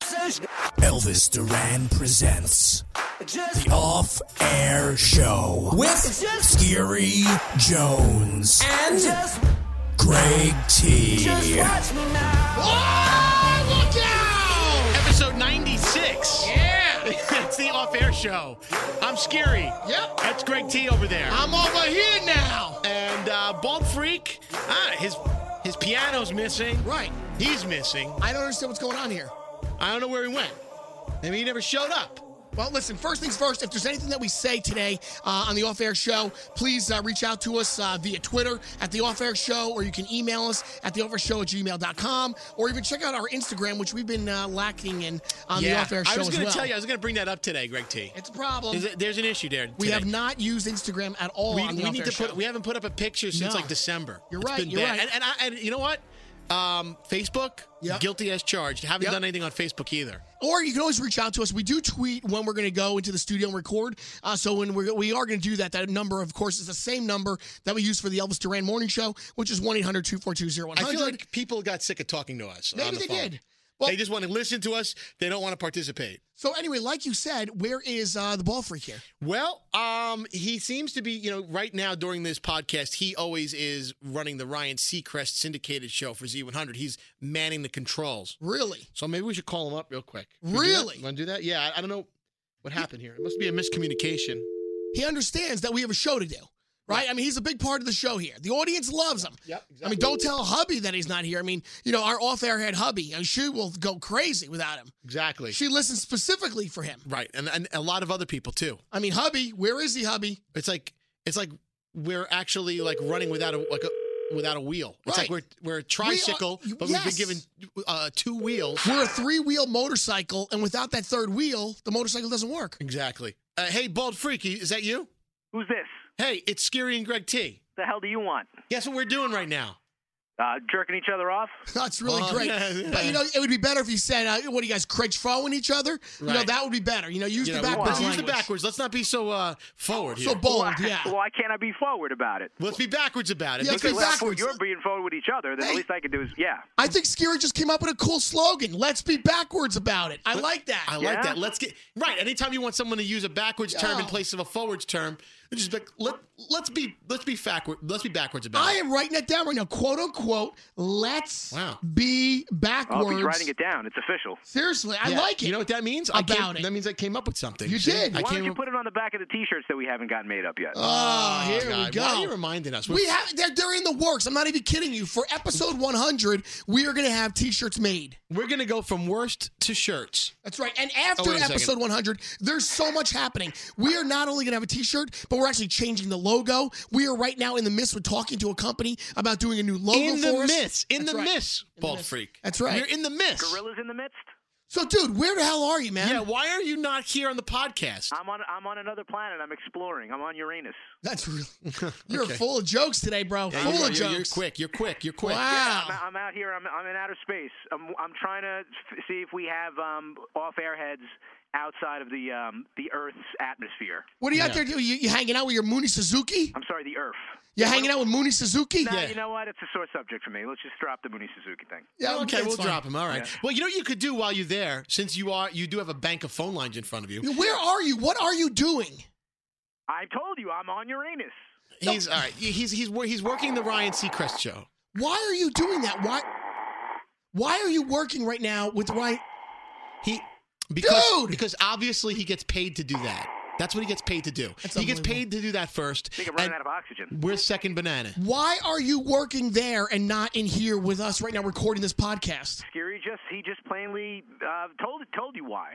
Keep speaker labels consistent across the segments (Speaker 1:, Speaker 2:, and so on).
Speaker 1: Elvis.
Speaker 2: Elvis Duran presents the Off Air Show with Scary Jones and Greg T.
Speaker 3: look out! Episode 96. Yeah! it's the off air show. I'm Scary. Yep. That's Greg T over there.
Speaker 4: I'm over here now.
Speaker 3: and uh, Bald Freak, ah, his, his piano's missing.
Speaker 4: Right.
Speaker 3: He's missing.
Speaker 4: I don't understand what's going on here.
Speaker 3: I don't know where he went. I mean, he never showed up.
Speaker 4: Well, listen, first things first, if there's anything that we say today uh, on the Off Air Show, please uh, reach out to us uh, via Twitter at the Off Air Show, or you can email us at the Off Air Show at gmail.com, or even check out our Instagram, which we've been uh, lacking in on the Off Air Show
Speaker 3: I was
Speaker 4: as
Speaker 3: gonna
Speaker 4: well.
Speaker 3: tell you, I was going to bring that up today, Greg T.
Speaker 4: it's a problem.
Speaker 3: There's, a- there's an issue there.
Speaker 4: we
Speaker 3: today.
Speaker 4: have not used Instagram at all
Speaker 3: We,
Speaker 4: on the
Speaker 3: we
Speaker 4: Off
Speaker 3: need
Speaker 4: Air
Speaker 3: to
Speaker 4: Show.
Speaker 3: put. We haven't put up a picture since
Speaker 4: No.
Speaker 3: like December.
Speaker 4: You're
Speaker 3: It's
Speaker 4: right,
Speaker 3: been
Speaker 4: you're
Speaker 3: bad.
Speaker 4: right.
Speaker 3: And, and, I, and you know what? Um, Facebook,
Speaker 4: Yep.
Speaker 3: guilty as charged. Haven't
Speaker 4: Yep.
Speaker 3: done anything on Facebook either.
Speaker 4: or you can always reach out to us. We do tweet when we're going to go into the studio and record. Uh, so when we're, we are going to do that, that number, of course, is the same number that we use for the Elvis Duran Morning Show, which is 1-800-242-0100.
Speaker 3: I feel like people got sick of talking to us. on
Speaker 4: Maybe
Speaker 3: the
Speaker 4: they
Speaker 3: phone.
Speaker 4: did. Well,
Speaker 3: they just want to listen to us. They don't want to participate.
Speaker 4: so anyway, like you said, where is uh, the ball freak here?
Speaker 3: Well, um, he seems to be, you know, right now during this podcast, he always is running the Ryan Seacrest syndicated show for Z100. He's manning the controls.
Speaker 4: Really?
Speaker 3: So maybe we should call him up real quick.
Speaker 4: Really?
Speaker 3: Want to do that? Yeah, I, I don't know what happened here. It must be a miscommunication.
Speaker 4: He understands that we have a show to do, right? I mean, he's a big part of the show here. The audience loves him. I mean, don't tell hubby that he's not here. I mean, you know, our off-air head hubby, and she will go crazy without him.
Speaker 3: Exactly.
Speaker 4: She listens specifically for him.
Speaker 3: right. And, and a lot of other people too.
Speaker 4: I mean, hubby, where is he, hubby?
Speaker 3: It's like it's like we're actually like running without a like a without a wheel. It's like
Speaker 4: Right.
Speaker 3: we're we're a tricycle,
Speaker 4: you-
Speaker 3: but
Speaker 4: yes.
Speaker 3: we've been given uh, two wheels.
Speaker 4: We're a three wheel motorcycle, and without that third wheel, the motorcycle doesn't work.
Speaker 3: Exactly. Uh, hey, bald freaky, is that you?
Speaker 5: Who's this?
Speaker 3: Hey, it's Scary and Greg T.
Speaker 5: The hell do you want?
Speaker 3: Guess what we're doing right now?
Speaker 5: Uh, jerking each other off?
Speaker 4: That's really
Speaker 3: Oh,
Speaker 4: great.
Speaker 3: yeah, yeah.
Speaker 4: But you know, it would be better if you said, uh, "What do you guys cringe throwing each other?" You know,
Speaker 3: Right.
Speaker 4: that would be better. You know, use
Speaker 3: You know,
Speaker 4: the backwards.
Speaker 3: let's use the
Speaker 4: language.
Speaker 3: backwards. Let's not be so uh, forward here.
Speaker 4: So bold,
Speaker 5: why,
Speaker 4: yeah.
Speaker 5: Why can't I be forward about it?
Speaker 3: let's be backwards about it.
Speaker 4: Yeah,
Speaker 3: because
Speaker 4: be
Speaker 5: Well,
Speaker 4: backwards.
Speaker 5: You're being forward with each other. Then
Speaker 4: Hey.
Speaker 5: the least I can do is, yeah.
Speaker 4: I think Skiri just came up with a cool slogan. Let's be backwards about it. I like that.
Speaker 3: I like
Speaker 5: Yeah.
Speaker 3: that. Let's get right. Anytime you want someone to use a backwards term in
Speaker 4: Oh.
Speaker 3: place of a forwards term, it's just like let let's be let's be backward let's be backwards about
Speaker 4: I
Speaker 3: it.
Speaker 4: am writing that down right now, quote unquote. Let's
Speaker 3: Wow.
Speaker 4: be
Speaker 5: I'll
Speaker 4: backwards.
Speaker 5: be Oh, writing it down. It's official.
Speaker 4: Seriously, I
Speaker 3: Yeah.
Speaker 4: like it.
Speaker 3: You know what that means? I
Speaker 4: About
Speaker 3: came-
Speaker 4: it.
Speaker 3: That means I came up with something.
Speaker 4: You
Speaker 3: See?
Speaker 4: did.
Speaker 3: I
Speaker 5: Why
Speaker 3: came
Speaker 5: don't you
Speaker 3: up-
Speaker 5: put it on the back of the t-shirts that we haven't gotten made up yet?
Speaker 4: oh, here we
Speaker 3: God,
Speaker 4: go.
Speaker 3: Why are you reminding us?
Speaker 4: We have they're, they're in the works. I'm not even kidding you. For episode 100, we are going to have t-shirts made.
Speaker 3: We're gonna go from worst to shirts.
Speaker 4: That's right. And after
Speaker 3: Oh, wait a second.
Speaker 4: episode 100, there's so much happening. We are not only going to have a t-shirt, but we're actually changing the logo. We are right now in the midst with talking to a company about doing a new logo
Speaker 3: in
Speaker 4: for
Speaker 3: the
Speaker 4: us.
Speaker 3: miss, in
Speaker 4: That's
Speaker 3: the
Speaker 4: right.
Speaker 3: miss, bald
Speaker 4: miss.
Speaker 3: freak.
Speaker 4: That's right.
Speaker 3: We're in the miss.
Speaker 5: Gorillas in the midst?
Speaker 4: So dude, where the hell are you, man?
Speaker 3: Yeah, why are you not here on the podcast?
Speaker 5: I'm on, I'm on another planet. I'm exploring. I'm on Uranus.
Speaker 4: That's really You're full of jokes today, bro.
Speaker 3: Yeah,
Speaker 4: full
Speaker 3: you're,
Speaker 4: of
Speaker 3: you're-
Speaker 4: jokes.
Speaker 3: you're quick. You're quick. You're quick.
Speaker 4: Wow.
Speaker 5: I'm, I'm out here. I'm, I'm in outer space. I'm, I'm trying to f- see if we have um, off-air heads outside of the, um, the Earth's atmosphere.
Speaker 4: What are you out there doing? You, you hanging out with your Mooney Suzuki?
Speaker 5: I'm sorry, the Earth.
Speaker 4: You hanging out with Mooney Suzuki?
Speaker 5: Nah, you know what? It's a sore subject for me. Let's just drop the Mooney Suzuki thing.
Speaker 4: Yeah,
Speaker 3: okay,
Speaker 4: it's
Speaker 3: we'll
Speaker 4: fine.
Speaker 3: drop him. All right. Well, you know what you could do while you're there, since you are you do have a bank of phone lines in front of you.
Speaker 4: Where are you? What are you doing?
Speaker 5: I told you, I'm on Uranus.
Speaker 3: He's all right. He's he's wor- he's working the Ryan Seacrest show.
Speaker 4: Why are you doing that? Why? Why are you working right now with Ryan?
Speaker 3: He because
Speaker 4: Dude!
Speaker 3: because obviously he gets paid to do that. That's what he gets paid to do.
Speaker 4: That's
Speaker 3: he gets
Speaker 4: unbelievable.
Speaker 3: paid to do that first.
Speaker 5: I think I'm running
Speaker 3: and
Speaker 5: out of oxygen.
Speaker 3: we're second banana.
Speaker 4: Why are you working there and not in here with us right now recording this podcast?
Speaker 5: Scary just he just plainly uh, told told you why.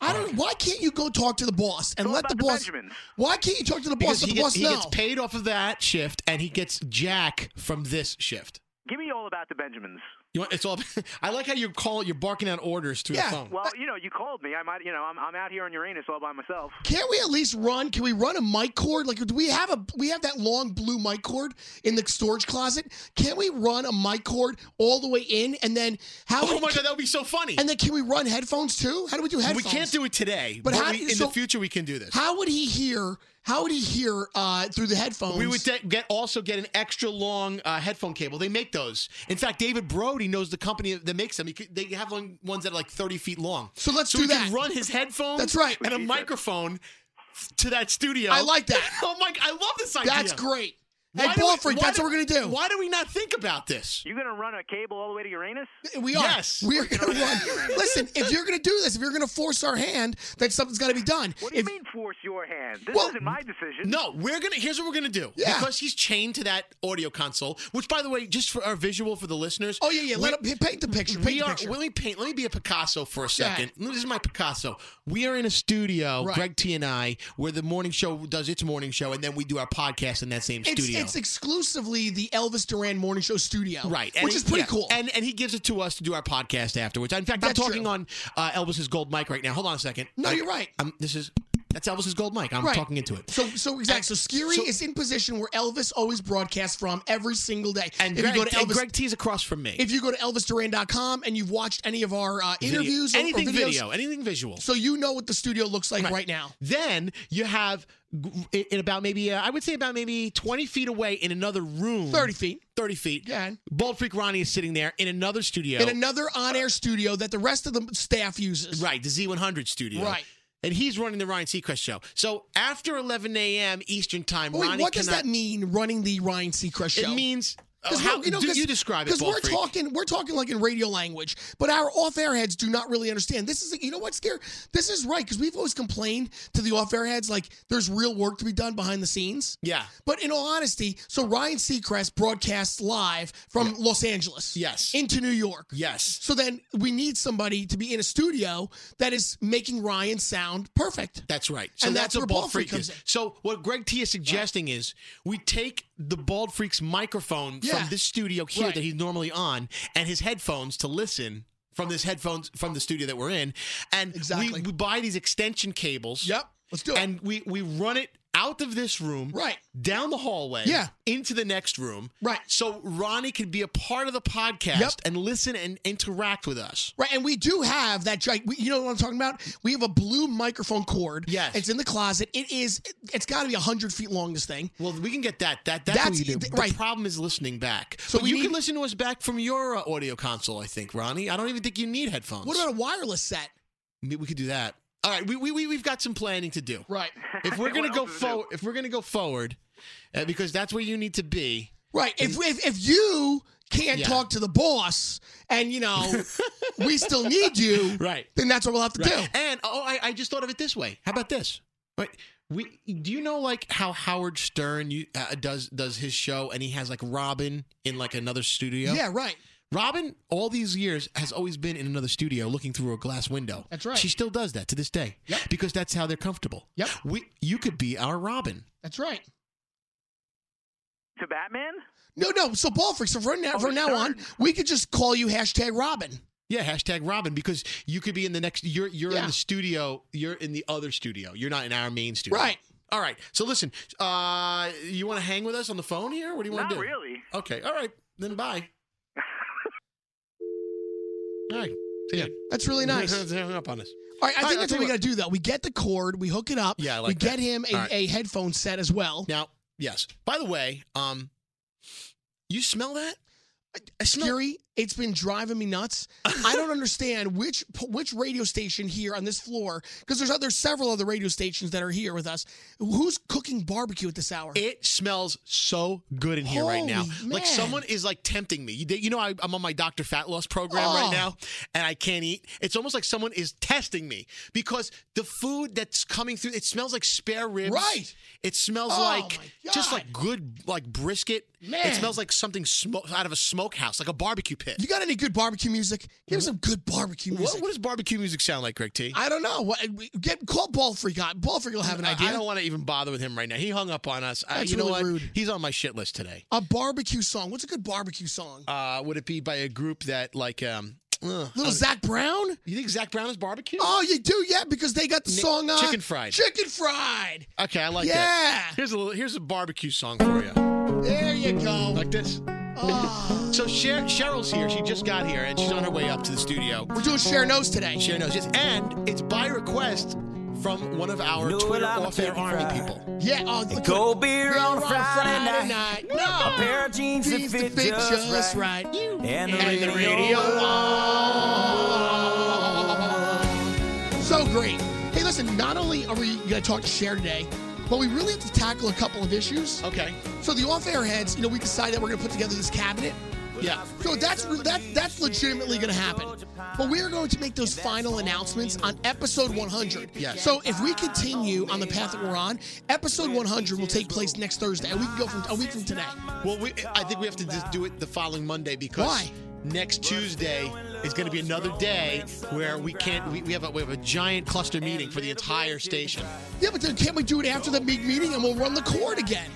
Speaker 4: I don't. Why can't you go talk to the boss and
Speaker 5: Go
Speaker 4: let
Speaker 5: about
Speaker 4: the
Speaker 5: the
Speaker 4: boss?
Speaker 5: Benjamins.
Speaker 4: Why can't you talk to the
Speaker 3: Because
Speaker 4: boss? Let
Speaker 3: he,
Speaker 4: the
Speaker 3: gets,
Speaker 4: boss
Speaker 3: he
Speaker 4: know.
Speaker 3: gets paid off of that shift, and he gets Jack from this shift.
Speaker 5: Give me all about the Benjamins.
Speaker 3: You want, it's all. I like how you're calling. You're barking out orders through
Speaker 4: Yeah.
Speaker 3: the phone.
Speaker 5: Well, you know, you called me. I might, you know, I'm, I'm out here on Uranus all by myself.
Speaker 4: Can't we at least run? Can we run a mic cord? Like, do we have a we have that long blue mic cord in the storage closet? Can't we run a mic cord all the way in and then how?
Speaker 3: Oh
Speaker 4: many-
Speaker 3: my god, that would be so funny.
Speaker 4: And then can we run headphones too? How do we do headphones?
Speaker 3: we can't do it today,
Speaker 4: But
Speaker 3: but,
Speaker 4: how
Speaker 3: we-
Speaker 4: do you-
Speaker 3: in
Speaker 4: so-
Speaker 3: the future we can do this.
Speaker 4: How would he hear? How would he hear uh, through the headphones?
Speaker 3: we would de- get also get an extra long uh, headphone cable. They make those. In fact, David Brody nobody knows the company that makes them. You could- They have one- ones that are like 30 feet long.
Speaker 4: So let's
Speaker 3: so
Speaker 4: do
Speaker 3: he
Speaker 4: that.
Speaker 3: Can run his headphones.
Speaker 4: That's right.
Speaker 3: And a microphone to that studio.
Speaker 4: I like that.
Speaker 3: oh my! I love this idea.
Speaker 4: That's great.
Speaker 3: Why
Speaker 4: hey,
Speaker 3: do
Speaker 4: Ball
Speaker 3: we-
Speaker 4: Freak,
Speaker 3: why
Speaker 4: that's
Speaker 3: do-
Speaker 4: what we're going to do.
Speaker 3: Why do we not think about this?
Speaker 5: You gonna run a cable all the way to Uranus?
Speaker 4: We are.
Speaker 3: Yes.
Speaker 4: We're going to run. Listen, if you're going to do this, if you're going to force our hand, then something's got to be done.
Speaker 5: What do you
Speaker 4: If-
Speaker 5: mean force your hand? This
Speaker 4: Well,
Speaker 5: isn't my decision.
Speaker 3: No, we're gonna. Here's what we're gonna do.
Speaker 4: Yeah.
Speaker 3: Because he's chained to that audio console, which, by the way, just for our visual for the listeners.
Speaker 4: Oh, yeah, yeah. Let
Speaker 3: we-
Speaker 4: him paint the picture. Paint
Speaker 3: We
Speaker 4: the
Speaker 3: are.
Speaker 4: picture.
Speaker 3: Let me paint. Let me be a Picasso for a
Speaker 4: Yeah.
Speaker 3: second. This is my Picasso. We are in a studio,
Speaker 4: Right.
Speaker 3: Greg T and I, where the morning show does its morning show, and then we do our podcast in that same
Speaker 4: it's,
Speaker 3: studio.
Speaker 4: it's exclusively the Elvis Duran Morning Show studio.
Speaker 3: Right,
Speaker 4: Which is pretty
Speaker 3: yeah.
Speaker 4: cool.
Speaker 3: And and he gives it to us to do our podcast afterwards. In fact,
Speaker 4: That's
Speaker 3: I'm talking
Speaker 4: true.
Speaker 3: on uh, Elvis's gold mic right now. Hold on a second.
Speaker 4: No, you're right.
Speaker 3: I'm, this is that's Elvis's gold mic. I'm
Speaker 4: Right.
Speaker 3: talking into it.
Speaker 4: So, so exactly. So, Skiri
Speaker 3: so-
Speaker 4: is in position where Elvis always broadcasts from every single day.
Speaker 3: and
Speaker 4: if
Speaker 3: Greg,
Speaker 4: you go to
Speaker 3: and
Speaker 4: Elvis,
Speaker 3: Greg T's across from me.
Speaker 4: if you go to ElvisDuran.com and you've watched any of our uh,
Speaker 3: Video-
Speaker 4: interviews or-
Speaker 3: anything
Speaker 4: or videos,
Speaker 3: video, anything visual.
Speaker 4: so you know what the studio looks like right, now.
Speaker 3: Then you have g- in about maybe uh, I would say about maybe 20 feet away in another room,
Speaker 4: Thirty feet
Speaker 3: 30 feet.
Speaker 4: Yeah.
Speaker 3: Bald Freak Ronnie is sitting there in another studio.
Speaker 4: in another on-air studio that the rest of the staff uses.
Speaker 3: Right, the Z100 studio.
Speaker 4: Right.
Speaker 3: And he's running the Ryan Seacrest show. So after 11 a.m. Eastern time,
Speaker 4: But wait,
Speaker 3: Ronnie
Speaker 4: what does
Speaker 3: cannot-
Speaker 4: that mean? Running the Ryan Seacrest show.
Speaker 3: It means oh,
Speaker 4: 'Cause
Speaker 3: how
Speaker 4: we're- you know,
Speaker 3: do
Speaker 4: 'cause-
Speaker 3: you describe it?
Speaker 4: Because
Speaker 3: Bald
Speaker 4: we're
Speaker 3: Freak?
Speaker 4: talking, we're talking like in radio language, but our off-air heads do not really understand. This is, you know what's scary? This is right because we've always complained to the off-air heads like there's real work to be done behind the scenes.
Speaker 3: Yeah.
Speaker 4: But in all honesty, so Ryan Seacrest broadcasts live from Los Angeles.
Speaker 3: Yes.
Speaker 4: Into New York.
Speaker 3: Yes.
Speaker 4: So then we need somebody to be in a studio that is making Ryan sound perfect.
Speaker 3: That's right. So
Speaker 4: And
Speaker 3: that's,
Speaker 4: that's where
Speaker 3: what Bald
Speaker 4: Bald Freak
Speaker 3: Freak,
Speaker 4: comes
Speaker 3: is.
Speaker 4: in.
Speaker 3: So what Greg T is suggesting is we take the Bald Freak's microphone
Speaker 4: Yeah.
Speaker 3: from this studio here
Speaker 4: Right.
Speaker 3: that he's normally on and his headphones to listen from this headphones from the studio that we're in. And we-
Speaker 4: Exactly.
Speaker 3: we, buy these extension cables.
Speaker 4: Yep. Let's do it.
Speaker 3: And we, we run it out of this room.
Speaker 4: Right.
Speaker 3: Down the hallway.
Speaker 4: Yeah.
Speaker 3: Into the next room.
Speaker 4: Right.
Speaker 3: So Ronnie can be a part of the podcast
Speaker 4: Yep.
Speaker 3: and listen and interact with us.
Speaker 4: Right, and we do have that. gi- we- You know what I'm talking about? We have a blue microphone cord.
Speaker 3: Yes.
Speaker 4: it's in the closet. It is. It's got to be hundred feet long. This thing.
Speaker 3: Well, we can get that. That that's,
Speaker 4: That's-
Speaker 3: what you do.
Speaker 4: th-
Speaker 3: the
Speaker 4: right.
Speaker 3: problem is listening back.
Speaker 4: So
Speaker 3: So
Speaker 4: we
Speaker 3: you
Speaker 4: need-
Speaker 3: can listen to us back from your uh, audio console. I think, Ronnie. I don't even think you need headphones.
Speaker 4: What about a wireless set?
Speaker 3: Maybe we could do that. All right, we we we we've got some planning to do.
Speaker 4: Right,
Speaker 3: If we're gonna
Speaker 5: What
Speaker 3: go
Speaker 5: else is new?
Speaker 3: forward, if we're gonna go forward, uh, because that's where you need to be.
Speaker 4: right. If if, if you can't
Speaker 3: Yeah.
Speaker 4: talk to the boss, and you know, we still need you.
Speaker 3: Right.
Speaker 4: Then that's what we'll have to do.
Speaker 3: And oh, I, I just thought of it this way. How about this? Right. We do you know like how Howard Stern you, uh, does does his show and he has like Robin in like another studio.
Speaker 4: Yeah. Right.
Speaker 3: Robin, all these years, has always been in another studio looking through a glass window.
Speaker 4: That's right.
Speaker 3: She still does that to this day.
Speaker 4: Yep.
Speaker 3: Because that's how they're comfortable.
Speaker 4: Yep.
Speaker 3: We, you could be our Robin.
Speaker 4: That's right.
Speaker 5: To Batman?
Speaker 4: No, no. So ball freak. So from now
Speaker 5: Oh,
Speaker 4: from now on,
Speaker 5: darn.
Speaker 4: we could just call you hashtag Robin.
Speaker 3: Yeah, hashtag Robin, because you could be in the next you're you're in
Speaker 4: Yeah.
Speaker 3: the studio, you're in the other studio. You're not in our main studio.
Speaker 4: Right.
Speaker 3: All right. So listen, uh you wanna hang with us on the phone here? What do you want
Speaker 5: Not
Speaker 3: to do?
Speaker 5: really.
Speaker 3: Okay. All right. Then bye. all right. See ya.
Speaker 4: That's really nice.
Speaker 3: They hung up on us.
Speaker 4: All right, I
Speaker 3: All right,
Speaker 4: think
Speaker 3: I'll
Speaker 4: that's
Speaker 3: tell
Speaker 4: what we
Speaker 3: you
Speaker 4: got to do, though. We get the cord, we hook it up.
Speaker 3: Yeah, I
Speaker 4: we
Speaker 3: like that.
Speaker 4: get him a,
Speaker 3: All right.
Speaker 4: a headphone set as well.
Speaker 3: Now, yes. By the way, um, you smell that? I
Speaker 4: Scary, it's been driving me nuts. I don't understand which which radio station here on this floor, because there's there's several other radio stations that are here with us. Who's cooking barbecue at this hour?
Speaker 3: It smells so good in here right now.
Speaker 4: Holy
Speaker 3: Like
Speaker 4: man.
Speaker 3: someone is like tempting me. You, you know, I, I'm on my Dr. Fat Loss program
Speaker 4: Oh.
Speaker 3: right now and I can't eat. It's almost like someone is testing me because the food that's coming through, it smells like spare ribs.
Speaker 4: Right.
Speaker 3: It smells
Speaker 4: Oh,
Speaker 3: like
Speaker 4: my
Speaker 3: just
Speaker 4: God.
Speaker 3: like good, like brisket.
Speaker 4: Man.
Speaker 3: It smells like something smo- out of a smokehouse, like a barbecue pit.
Speaker 4: you got any good barbecue music? Give us some good barbecue music.
Speaker 3: what, what does barbecue music sound like, Greg T?
Speaker 4: I don't know. What, we- get call Ball Freak. out. Ball Freak will have an
Speaker 3: I-
Speaker 4: idea.
Speaker 3: I don't want to even bother with him right now. He hung up on us. I,
Speaker 4: That's
Speaker 3: you know
Speaker 4: really
Speaker 3: what?
Speaker 4: rude.
Speaker 3: He's on my shit list today.
Speaker 4: a barbecue song. What's a good barbecue song?
Speaker 3: Uh, would it be by a group that like um? ugh,
Speaker 4: Little
Speaker 3: I don't-
Speaker 4: Zach Brown.
Speaker 3: you think Zach Brown is barbecue?
Speaker 4: Oh, you do, yeah, because they got the
Speaker 3: Nick-
Speaker 4: song uh,
Speaker 3: Chicken Fried.
Speaker 4: Chicken fried.
Speaker 3: Okay, I like that.
Speaker 4: yeah.
Speaker 3: Here's a little, here's a barbecue song for you,
Speaker 4: There you go.
Speaker 3: like this.
Speaker 4: Ah.
Speaker 3: So Cher- Cheryl's here. She just got here and she's on her way up to the studio.
Speaker 4: We're doing share notes today.
Speaker 3: Cher knows yes, and it's by request from one of our
Speaker 1: Know
Speaker 3: Twitter
Speaker 1: what I'm
Speaker 3: off air
Speaker 1: taking
Speaker 3: army
Speaker 1: fried.
Speaker 3: people.
Speaker 4: Yeah, oh, look,
Speaker 1: Cold beer,
Speaker 4: beer
Speaker 1: on a Friday,
Speaker 4: night.
Speaker 1: night.
Speaker 4: No.
Speaker 1: A pair of jeans that
Speaker 4: Beats to
Speaker 1: fit, just, right.
Speaker 4: right.
Speaker 1: And the
Speaker 4: And the
Speaker 1: radio.
Speaker 4: radio on. So great. Hey, listen, not only are we going to talk share today, but we really have to tackle a couple of issues.
Speaker 3: Okay.
Speaker 4: So the off-air heads, you know, we decided that we're going to put together this cabinet.
Speaker 3: Yeah.
Speaker 4: So that's re- that that's legitimately going to happen. But we are going to make those final announcements on episode 100.
Speaker 3: Yes.
Speaker 4: So if we continue on the path that we're on, episode 100 will take place next Thursday, and we can go from a week from today.
Speaker 3: Well, we, I think we have to just do it the following Monday because
Speaker 4: Why?
Speaker 3: next Tuesday is going to be another day where we can't. We, we have a we have a giant cluster meeting for the entire station.
Speaker 4: Yeah, but then can't we do it after the big meeting and we'll run the cord again?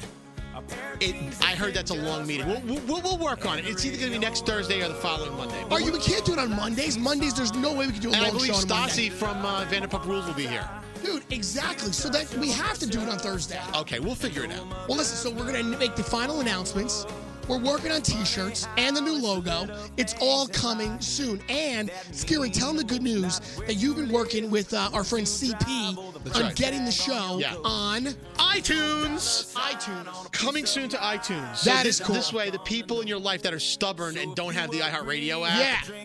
Speaker 3: It, I heard that's a long meeting. We'll, we'll- we'll, we'll work on it. It's either going to be next Thursday or the following Monday.
Speaker 4: Are you? We can't do it on Mondays. Mondays, there's no way we can do a
Speaker 3: And I
Speaker 4: long
Speaker 3: believe
Speaker 4: show on a
Speaker 3: Stassi from uh, Vanderpump Rules will be here.
Speaker 4: Monday. Dude, exactly. So that we have to do it on Thursday.
Speaker 3: Okay, we'll figure it out.
Speaker 4: Well, listen, so we're going to make the final announcements. We're working on t shirts and the new logo. It's all coming soon. And, Skiri, tell them the good news that you've been working with uh, our friend CP
Speaker 3: That's
Speaker 4: on
Speaker 3: right.
Speaker 4: getting the show
Speaker 3: Yeah.
Speaker 4: on
Speaker 3: iTunes.
Speaker 4: iTunes.
Speaker 3: Coming soon to iTunes.
Speaker 4: That
Speaker 3: this,
Speaker 4: is cool.
Speaker 3: This way, the people in your life that are stubborn and don't have the iHeartRadio app,
Speaker 4: Yeah.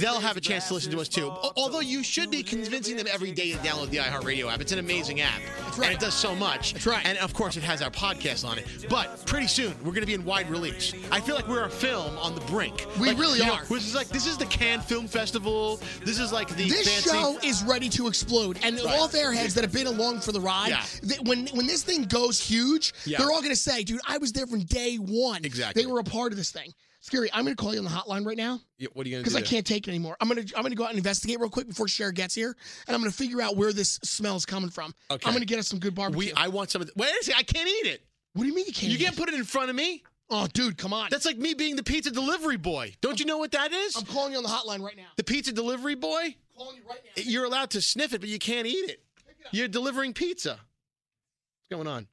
Speaker 3: they'll have a chance to listen to us too. Al- Although you should be convincing them every day to download the iHeartRadio app. It's an amazing app.
Speaker 4: right.
Speaker 3: And it does so much. That's
Speaker 4: right.
Speaker 3: And of course, it has our podcast on it. But pretty soon, we're going to be in wide release. I feel like we're a film on the brink.
Speaker 4: We
Speaker 3: Like,
Speaker 4: really
Speaker 3: you know,
Speaker 4: are.
Speaker 3: this is like this is the Cannes Film Festival. This is like the
Speaker 4: This
Speaker 3: fancy.
Speaker 4: show is ready to explode, and
Speaker 3: Right.
Speaker 4: all fairheads that have been along for the ride,
Speaker 3: Yeah.
Speaker 4: th- when when this thing goes huge,
Speaker 3: Yeah.
Speaker 4: they're all going to say, "Dude, I was there from day one.
Speaker 3: Exactly.
Speaker 4: they were a part of this thing." Scary. I'm going to call you on the hotline right now
Speaker 3: Yeah, what are you going to do?
Speaker 4: because I
Speaker 3: there?
Speaker 4: can't take it anymore. I'm going to I'm going to go out and investigate real quick before Cher gets here, and I'm going to figure out where this smell's coming from.
Speaker 3: Okay.
Speaker 4: I'm going to get us some good barbecue.
Speaker 3: We, I want some of. The, wait a second, I can't eat it.
Speaker 4: what do you mean you can't?
Speaker 3: You
Speaker 4: eat
Speaker 3: can't
Speaker 4: it?
Speaker 3: put it in front of me.
Speaker 4: Oh, dude, come on.
Speaker 3: That's like me being the pizza delivery boy. Don't you know what that is?
Speaker 4: I'm calling you on the hotline right now.
Speaker 3: The pizza delivery boy?
Speaker 4: I'm calling you right now.
Speaker 3: You're allowed to sniff it, but you can't eat it. You're delivering pizza. What's going on?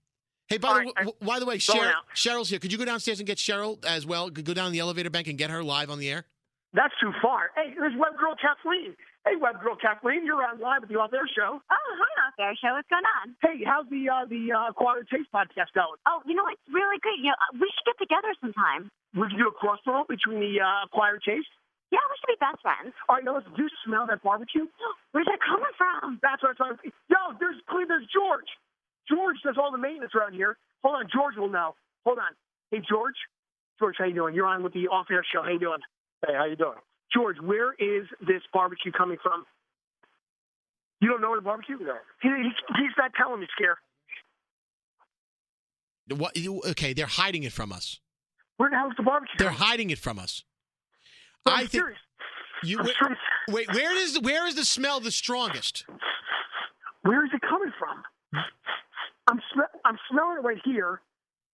Speaker 3: Hey, by the,
Speaker 5: All right, I-
Speaker 3: w- by the way,
Speaker 5: Going
Speaker 3: Cheryl,
Speaker 5: out.
Speaker 3: Cheryl's here. Could you go downstairs and get Cheryl as well? Go down the elevator bank and get her live on the air?
Speaker 6: That's too far. Hey, this is Web Girl Kathleen. Hey, Web Girl Kathleen, you're on live with the Off Air
Speaker 7: Oh,
Speaker 6: Show.
Speaker 7: hi out there, show. What's going on?
Speaker 6: Hey, how's the uh, the uh, Quadrant Chase podcast going?
Speaker 7: Oh, you know it's really great. You know, uh, we should get together sometime.
Speaker 6: Would you do a crossover between the uh, Quadrant Chase?
Speaker 7: Yeah, we should be best friends.
Speaker 6: All right, now let's do smell that barbecue.
Speaker 7: Where's that coming from?
Speaker 6: That's what I'm trying to. Yo, there's clean. There's George. George does all the maintenance around here. Hold on, George will know. Hold on. Hey, George. George, how you doing? You're on with the Off Air Show. How you doing? Hey, how you doing? George, where is this barbecue coming from? You don't know where the barbecue? No. He, he- he's not telling me, Scare.
Speaker 3: What, you, okay, they're hiding it from us.
Speaker 6: Where the hell is the barbecue?
Speaker 3: They're hiding it from us.
Speaker 6: I'm
Speaker 3: I think
Speaker 6: serious.
Speaker 3: you.
Speaker 6: I'm
Speaker 3: Wait,
Speaker 6: serious.
Speaker 3: wait, where is where is the smell the strongest?
Speaker 6: Where is it coming from? I'm sm- I'm smelling it right here.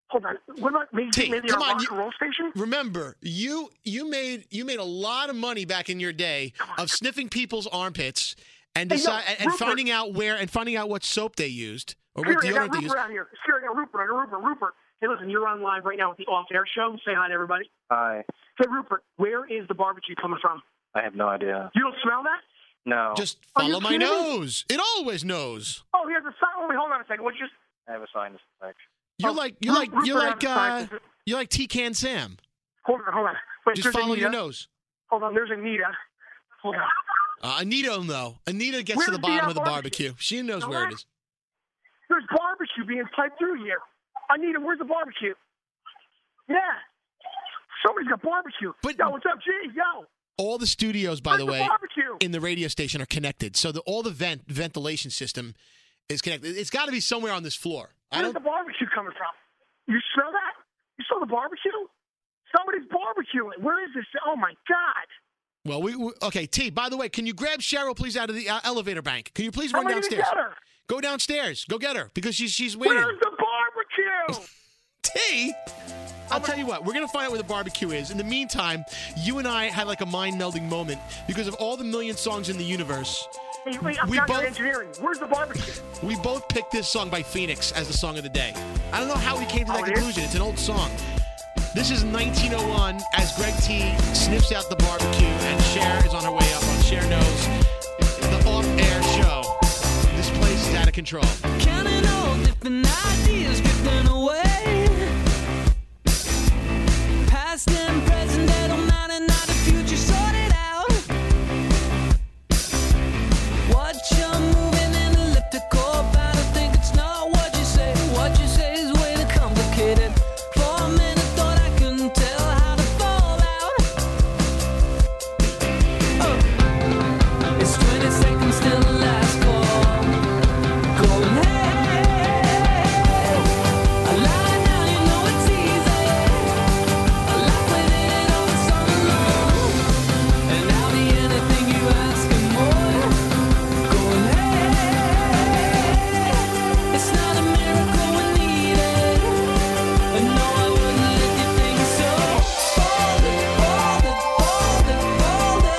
Speaker 6: Hold on. What about maybe
Speaker 3: T,
Speaker 6: maybe
Speaker 3: come
Speaker 6: our
Speaker 3: on,
Speaker 6: rock
Speaker 3: you-
Speaker 6: and roll station?
Speaker 3: remember you you made you made a lot of money back in your day of sniffing people's armpits and
Speaker 6: Hey, no,
Speaker 3: decide, and, and
Speaker 6: Rupert.
Speaker 3: finding out where and finding out what soap they used or what
Speaker 6: Scary, I
Speaker 3: deodorant
Speaker 6: got
Speaker 3: they
Speaker 6: Rupert
Speaker 3: used.
Speaker 6: out here. Scary, I got Rupert. I got Rupert. Rupert. Hey, listen, you're on live right now with the Off Air Show. Say hi to everybody.
Speaker 8: Hi.
Speaker 6: Hey, Rupert, where is the barbecue coming from?
Speaker 8: I have no idea.
Speaker 6: You don't smell that?
Speaker 8: No.
Speaker 3: Just
Speaker 6: Are you
Speaker 3: follow my
Speaker 6: kidding me?
Speaker 3: nose. It always knows.
Speaker 6: Oh, here's a sign. Oh, wait, hold on a second. What you just?
Speaker 8: I have a sinus infection.
Speaker 3: You're
Speaker 6: Oh,
Speaker 3: like you're
Speaker 6: Ru-
Speaker 3: like you're like
Speaker 6: Rupert
Speaker 3: uh,
Speaker 6: has a-
Speaker 3: you're like T Can Sam.
Speaker 6: Hold on, hold on. Wait,
Speaker 3: Just
Speaker 6: there's
Speaker 3: follow
Speaker 6: Anita.
Speaker 3: your nose.
Speaker 6: Hold on, there's Anita. Hold on.
Speaker 3: Uh, Anita will know. Anita gets to
Speaker 6: Where's
Speaker 3: the
Speaker 6: the,
Speaker 3: bottom
Speaker 6: uh,
Speaker 3: of the
Speaker 6: barbecue?
Speaker 3: barbecue. She knows
Speaker 6: Now
Speaker 3: where it
Speaker 6: what?
Speaker 3: is.
Speaker 6: There's barbecue being piped through here. Anita, where's the barbecue? Yeah. Somebody's got barbecue.
Speaker 3: But-
Speaker 6: yo, what's up, G? Yo,
Speaker 3: All the studios, by the
Speaker 6: where's
Speaker 3: way,
Speaker 6: barbecue?
Speaker 3: in the radio station are connected. So the, all the vent ventilation system is connected. It's got to be somewhere on this floor. I
Speaker 6: Where's
Speaker 3: don't
Speaker 6: the barbecue coming from? You smell that? You smell the barbecue? Somebody's barbecuing. Where is this? Oh my God!
Speaker 3: Well, we, we okay. T. By the way, can you grab Cheryl please out of the uh, elevator bank? Can you please
Speaker 6: I'm
Speaker 3: run
Speaker 6: gonna
Speaker 3: downstairs?
Speaker 6: get her.
Speaker 3: Go downstairs. Go get her because she's she's waiting.
Speaker 6: Where's the barbecue?
Speaker 3: T. I'll tell you what. We're gonna find out where the barbecue is. In the meantime, you and I had like a mind melding moment because of all the million songs in the universe.
Speaker 6: hey, wait, I'm
Speaker 3: We
Speaker 6: down here
Speaker 3: both-
Speaker 6: engineering. Where's the barbecue?
Speaker 3: We both picked this song by Phoenix as the song of the day. I don't know how we came to that
Speaker 6: Oh, it is?
Speaker 3: conclusion. It's an old song. This is 1901 as Greg T sniffs out the barbecue and Cher is on her way up on Cher Knows, the off air show. This plays control.
Speaker 1: Counting all different ideas drifting away. Past and present, dead or not, and not the future sorted out. Watch you moving in elliptical battle. Think it's not what you say. What you say is way too complicated. For a minute, thought I couldn't tell how to fall out. Uh, it's 20 seconds till the last call. Going hey, I lie down, you know it's easy. I laugh with it all the summer long, and I'll be anything you ask and more. Going hey, it's not a miracle we need it, and no, I wouldn't let you think so. Hold it, hold it, hold it, hold it.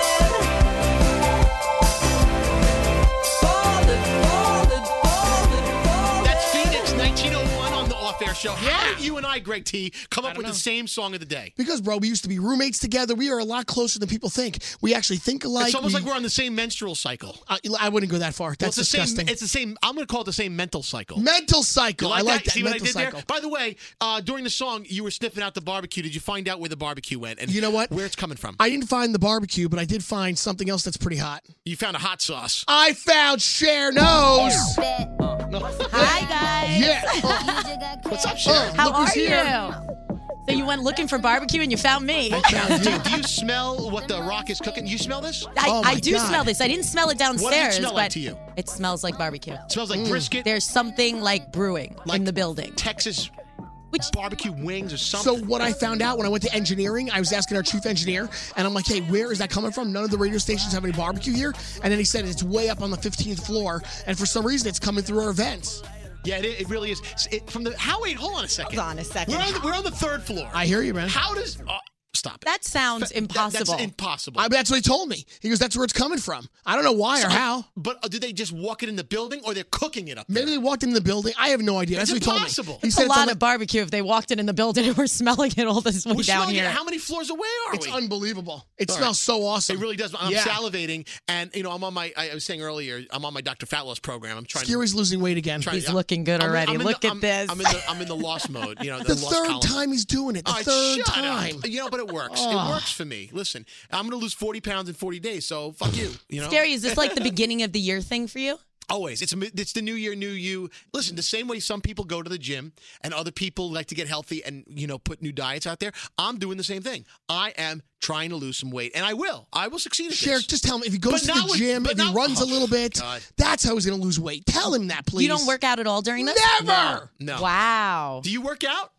Speaker 3: That's Phoenix 1901 on the Off Air Show. How did you and I, Greg T, come up with
Speaker 4: know.
Speaker 3: the same song of the day?
Speaker 4: Because, bro, we used to be roommates together. We are a lot closer than people think. We actually think alike.
Speaker 3: It's almost
Speaker 4: We-
Speaker 3: like we're on the same menstrual cycle. Well,
Speaker 4: I, I wouldn't go that far. That's
Speaker 3: it's the
Speaker 4: disgusting.
Speaker 3: same. It's the same. I'm going to call it the same mental cycle.
Speaker 4: mental cycle. I like that,
Speaker 3: See what I
Speaker 4: mental
Speaker 3: did
Speaker 4: cycle.
Speaker 3: there? By the way, uh, during the song, you were sniffing out the barbecue. Did you find out where the barbecue went? And
Speaker 4: You know what?
Speaker 3: Where it's coming from?
Speaker 4: I didn't find the barbecue, but I did find something else that's pretty hot.
Speaker 3: you found a hot sauce.
Speaker 4: I found Cher Knows.
Speaker 9: Hi, guys.
Speaker 4: Yeah. Uh,
Speaker 9: What's up,
Speaker 4: Cher?
Speaker 9: How
Speaker 4: Look
Speaker 9: are
Speaker 4: who's here.
Speaker 9: you? So you went looking for barbecue and you found me. I,
Speaker 4: found you.
Speaker 3: Do you smell what the rock is cooking? You smell this? It
Speaker 4: Oh, my
Speaker 9: I do
Speaker 4: God.
Speaker 9: smell this. I didn't smell it downstairs,
Speaker 3: smell
Speaker 9: but
Speaker 3: like to you?
Speaker 9: it smells like barbecue.
Speaker 3: smells
Speaker 4: Mm.
Speaker 3: like brisket,
Speaker 9: There's something like brewing in the building.
Speaker 3: Texas
Speaker 9: Which
Speaker 3: barbecue wings, or
Speaker 4: So
Speaker 3: something.
Speaker 4: what I found out when I went to engineering, I was asking our chief engineer, and I'm like, "Hey, where is that coming from? None of the radio stations have any barbecue here." And then he said it's way up on the 15th floor, and for some reason, it's coming through our vents.
Speaker 3: yeah, it, it really is. It, from the how? Wait, hold on a second.
Speaker 9: Hold on a second.
Speaker 3: We're on the, we're on the third floor.
Speaker 4: I hear you, man.
Speaker 3: How does? Uh, stop it.
Speaker 9: that sounds
Speaker 3: That-
Speaker 9: impossible.
Speaker 3: That's impossible.
Speaker 4: I, that's what he told me. He goes, "That's where it's coming from." I don't know why or how.
Speaker 3: But uh, do they just walk it in the building, or they're cooking it up there?
Speaker 4: Maybe they walked in the building. I have no idea. That's
Speaker 3: It's
Speaker 4: what he told
Speaker 3: impossible.
Speaker 4: me. He
Speaker 9: it's a
Speaker 4: on
Speaker 9: lot
Speaker 4: the-
Speaker 9: of barbecue if they walked in in the building and were smelling it all this way
Speaker 3: We're
Speaker 9: down
Speaker 3: smelling it.
Speaker 9: here.
Speaker 3: How many floors away are
Speaker 4: It's
Speaker 3: we?
Speaker 4: unbelievable. It smells so awesome.
Speaker 3: it really does. I'm
Speaker 4: Yeah.
Speaker 3: salivating, and you know, I'm on my. I I was saying earlier, I'm on my Dr. Fat Loss program. I'm trying. to
Speaker 4: Scary's losing weight again.
Speaker 3: trying-
Speaker 9: He's looking good
Speaker 3: I'm in-
Speaker 9: already.
Speaker 3: I'm in
Speaker 9: Look
Speaker 3: the-
Speaker 9: at
Speaker 3: I'm-
Speaker 9: this.
Speaker 3: I'm in the I'm in the loss mode. You know, the,
Speaker 4: the
Speaker 3: loss
Speaker 4: third
Speaker 3: column.
Speaker 4: time he's doing it. The
Speaker 3: All right,
Speaker 4: third
Speaker 3: shut up.
Speaker 4: time.
Speaker 3: You know, but it works. It works for me. Listen, I'm gonna lose 40 pounds in 40 days, so fuck you. You know,
Speaker 9: Gary, is this like the beginning of the year thing for you?
Speaker 3: always. It's it's the new year, new you. Listen, the same way some people go to the gym and other people like to get healthy and you know put new diets out there. I'm doing the same thing. I am trying to lose some weight, and I will. I will succeed at
Speaker 4: Sher,
Speaker 3: this.
Speaker 4: just tell him if he goes
Speaker 3: But
Speaker 4: to
Speaker 3: not
Speaker 4: the
Speaker 3: with-
Speaker 4: gym,
Speaker 3: but
Speaker 4: if he
Speaker 3: not-
Speaker 4: runs a
Speaker 3: Oh,
Speaker 4: little bit,
Speaker 3: God.
Speaker 4: that's how he's going to lose weight. Tell him that, please.
Speaker 9: You don't work out at all during this?
Speaker 4: Never.
Speaker 3: no.
Speaker 9: Wow.
Speaker 3: Do you work out?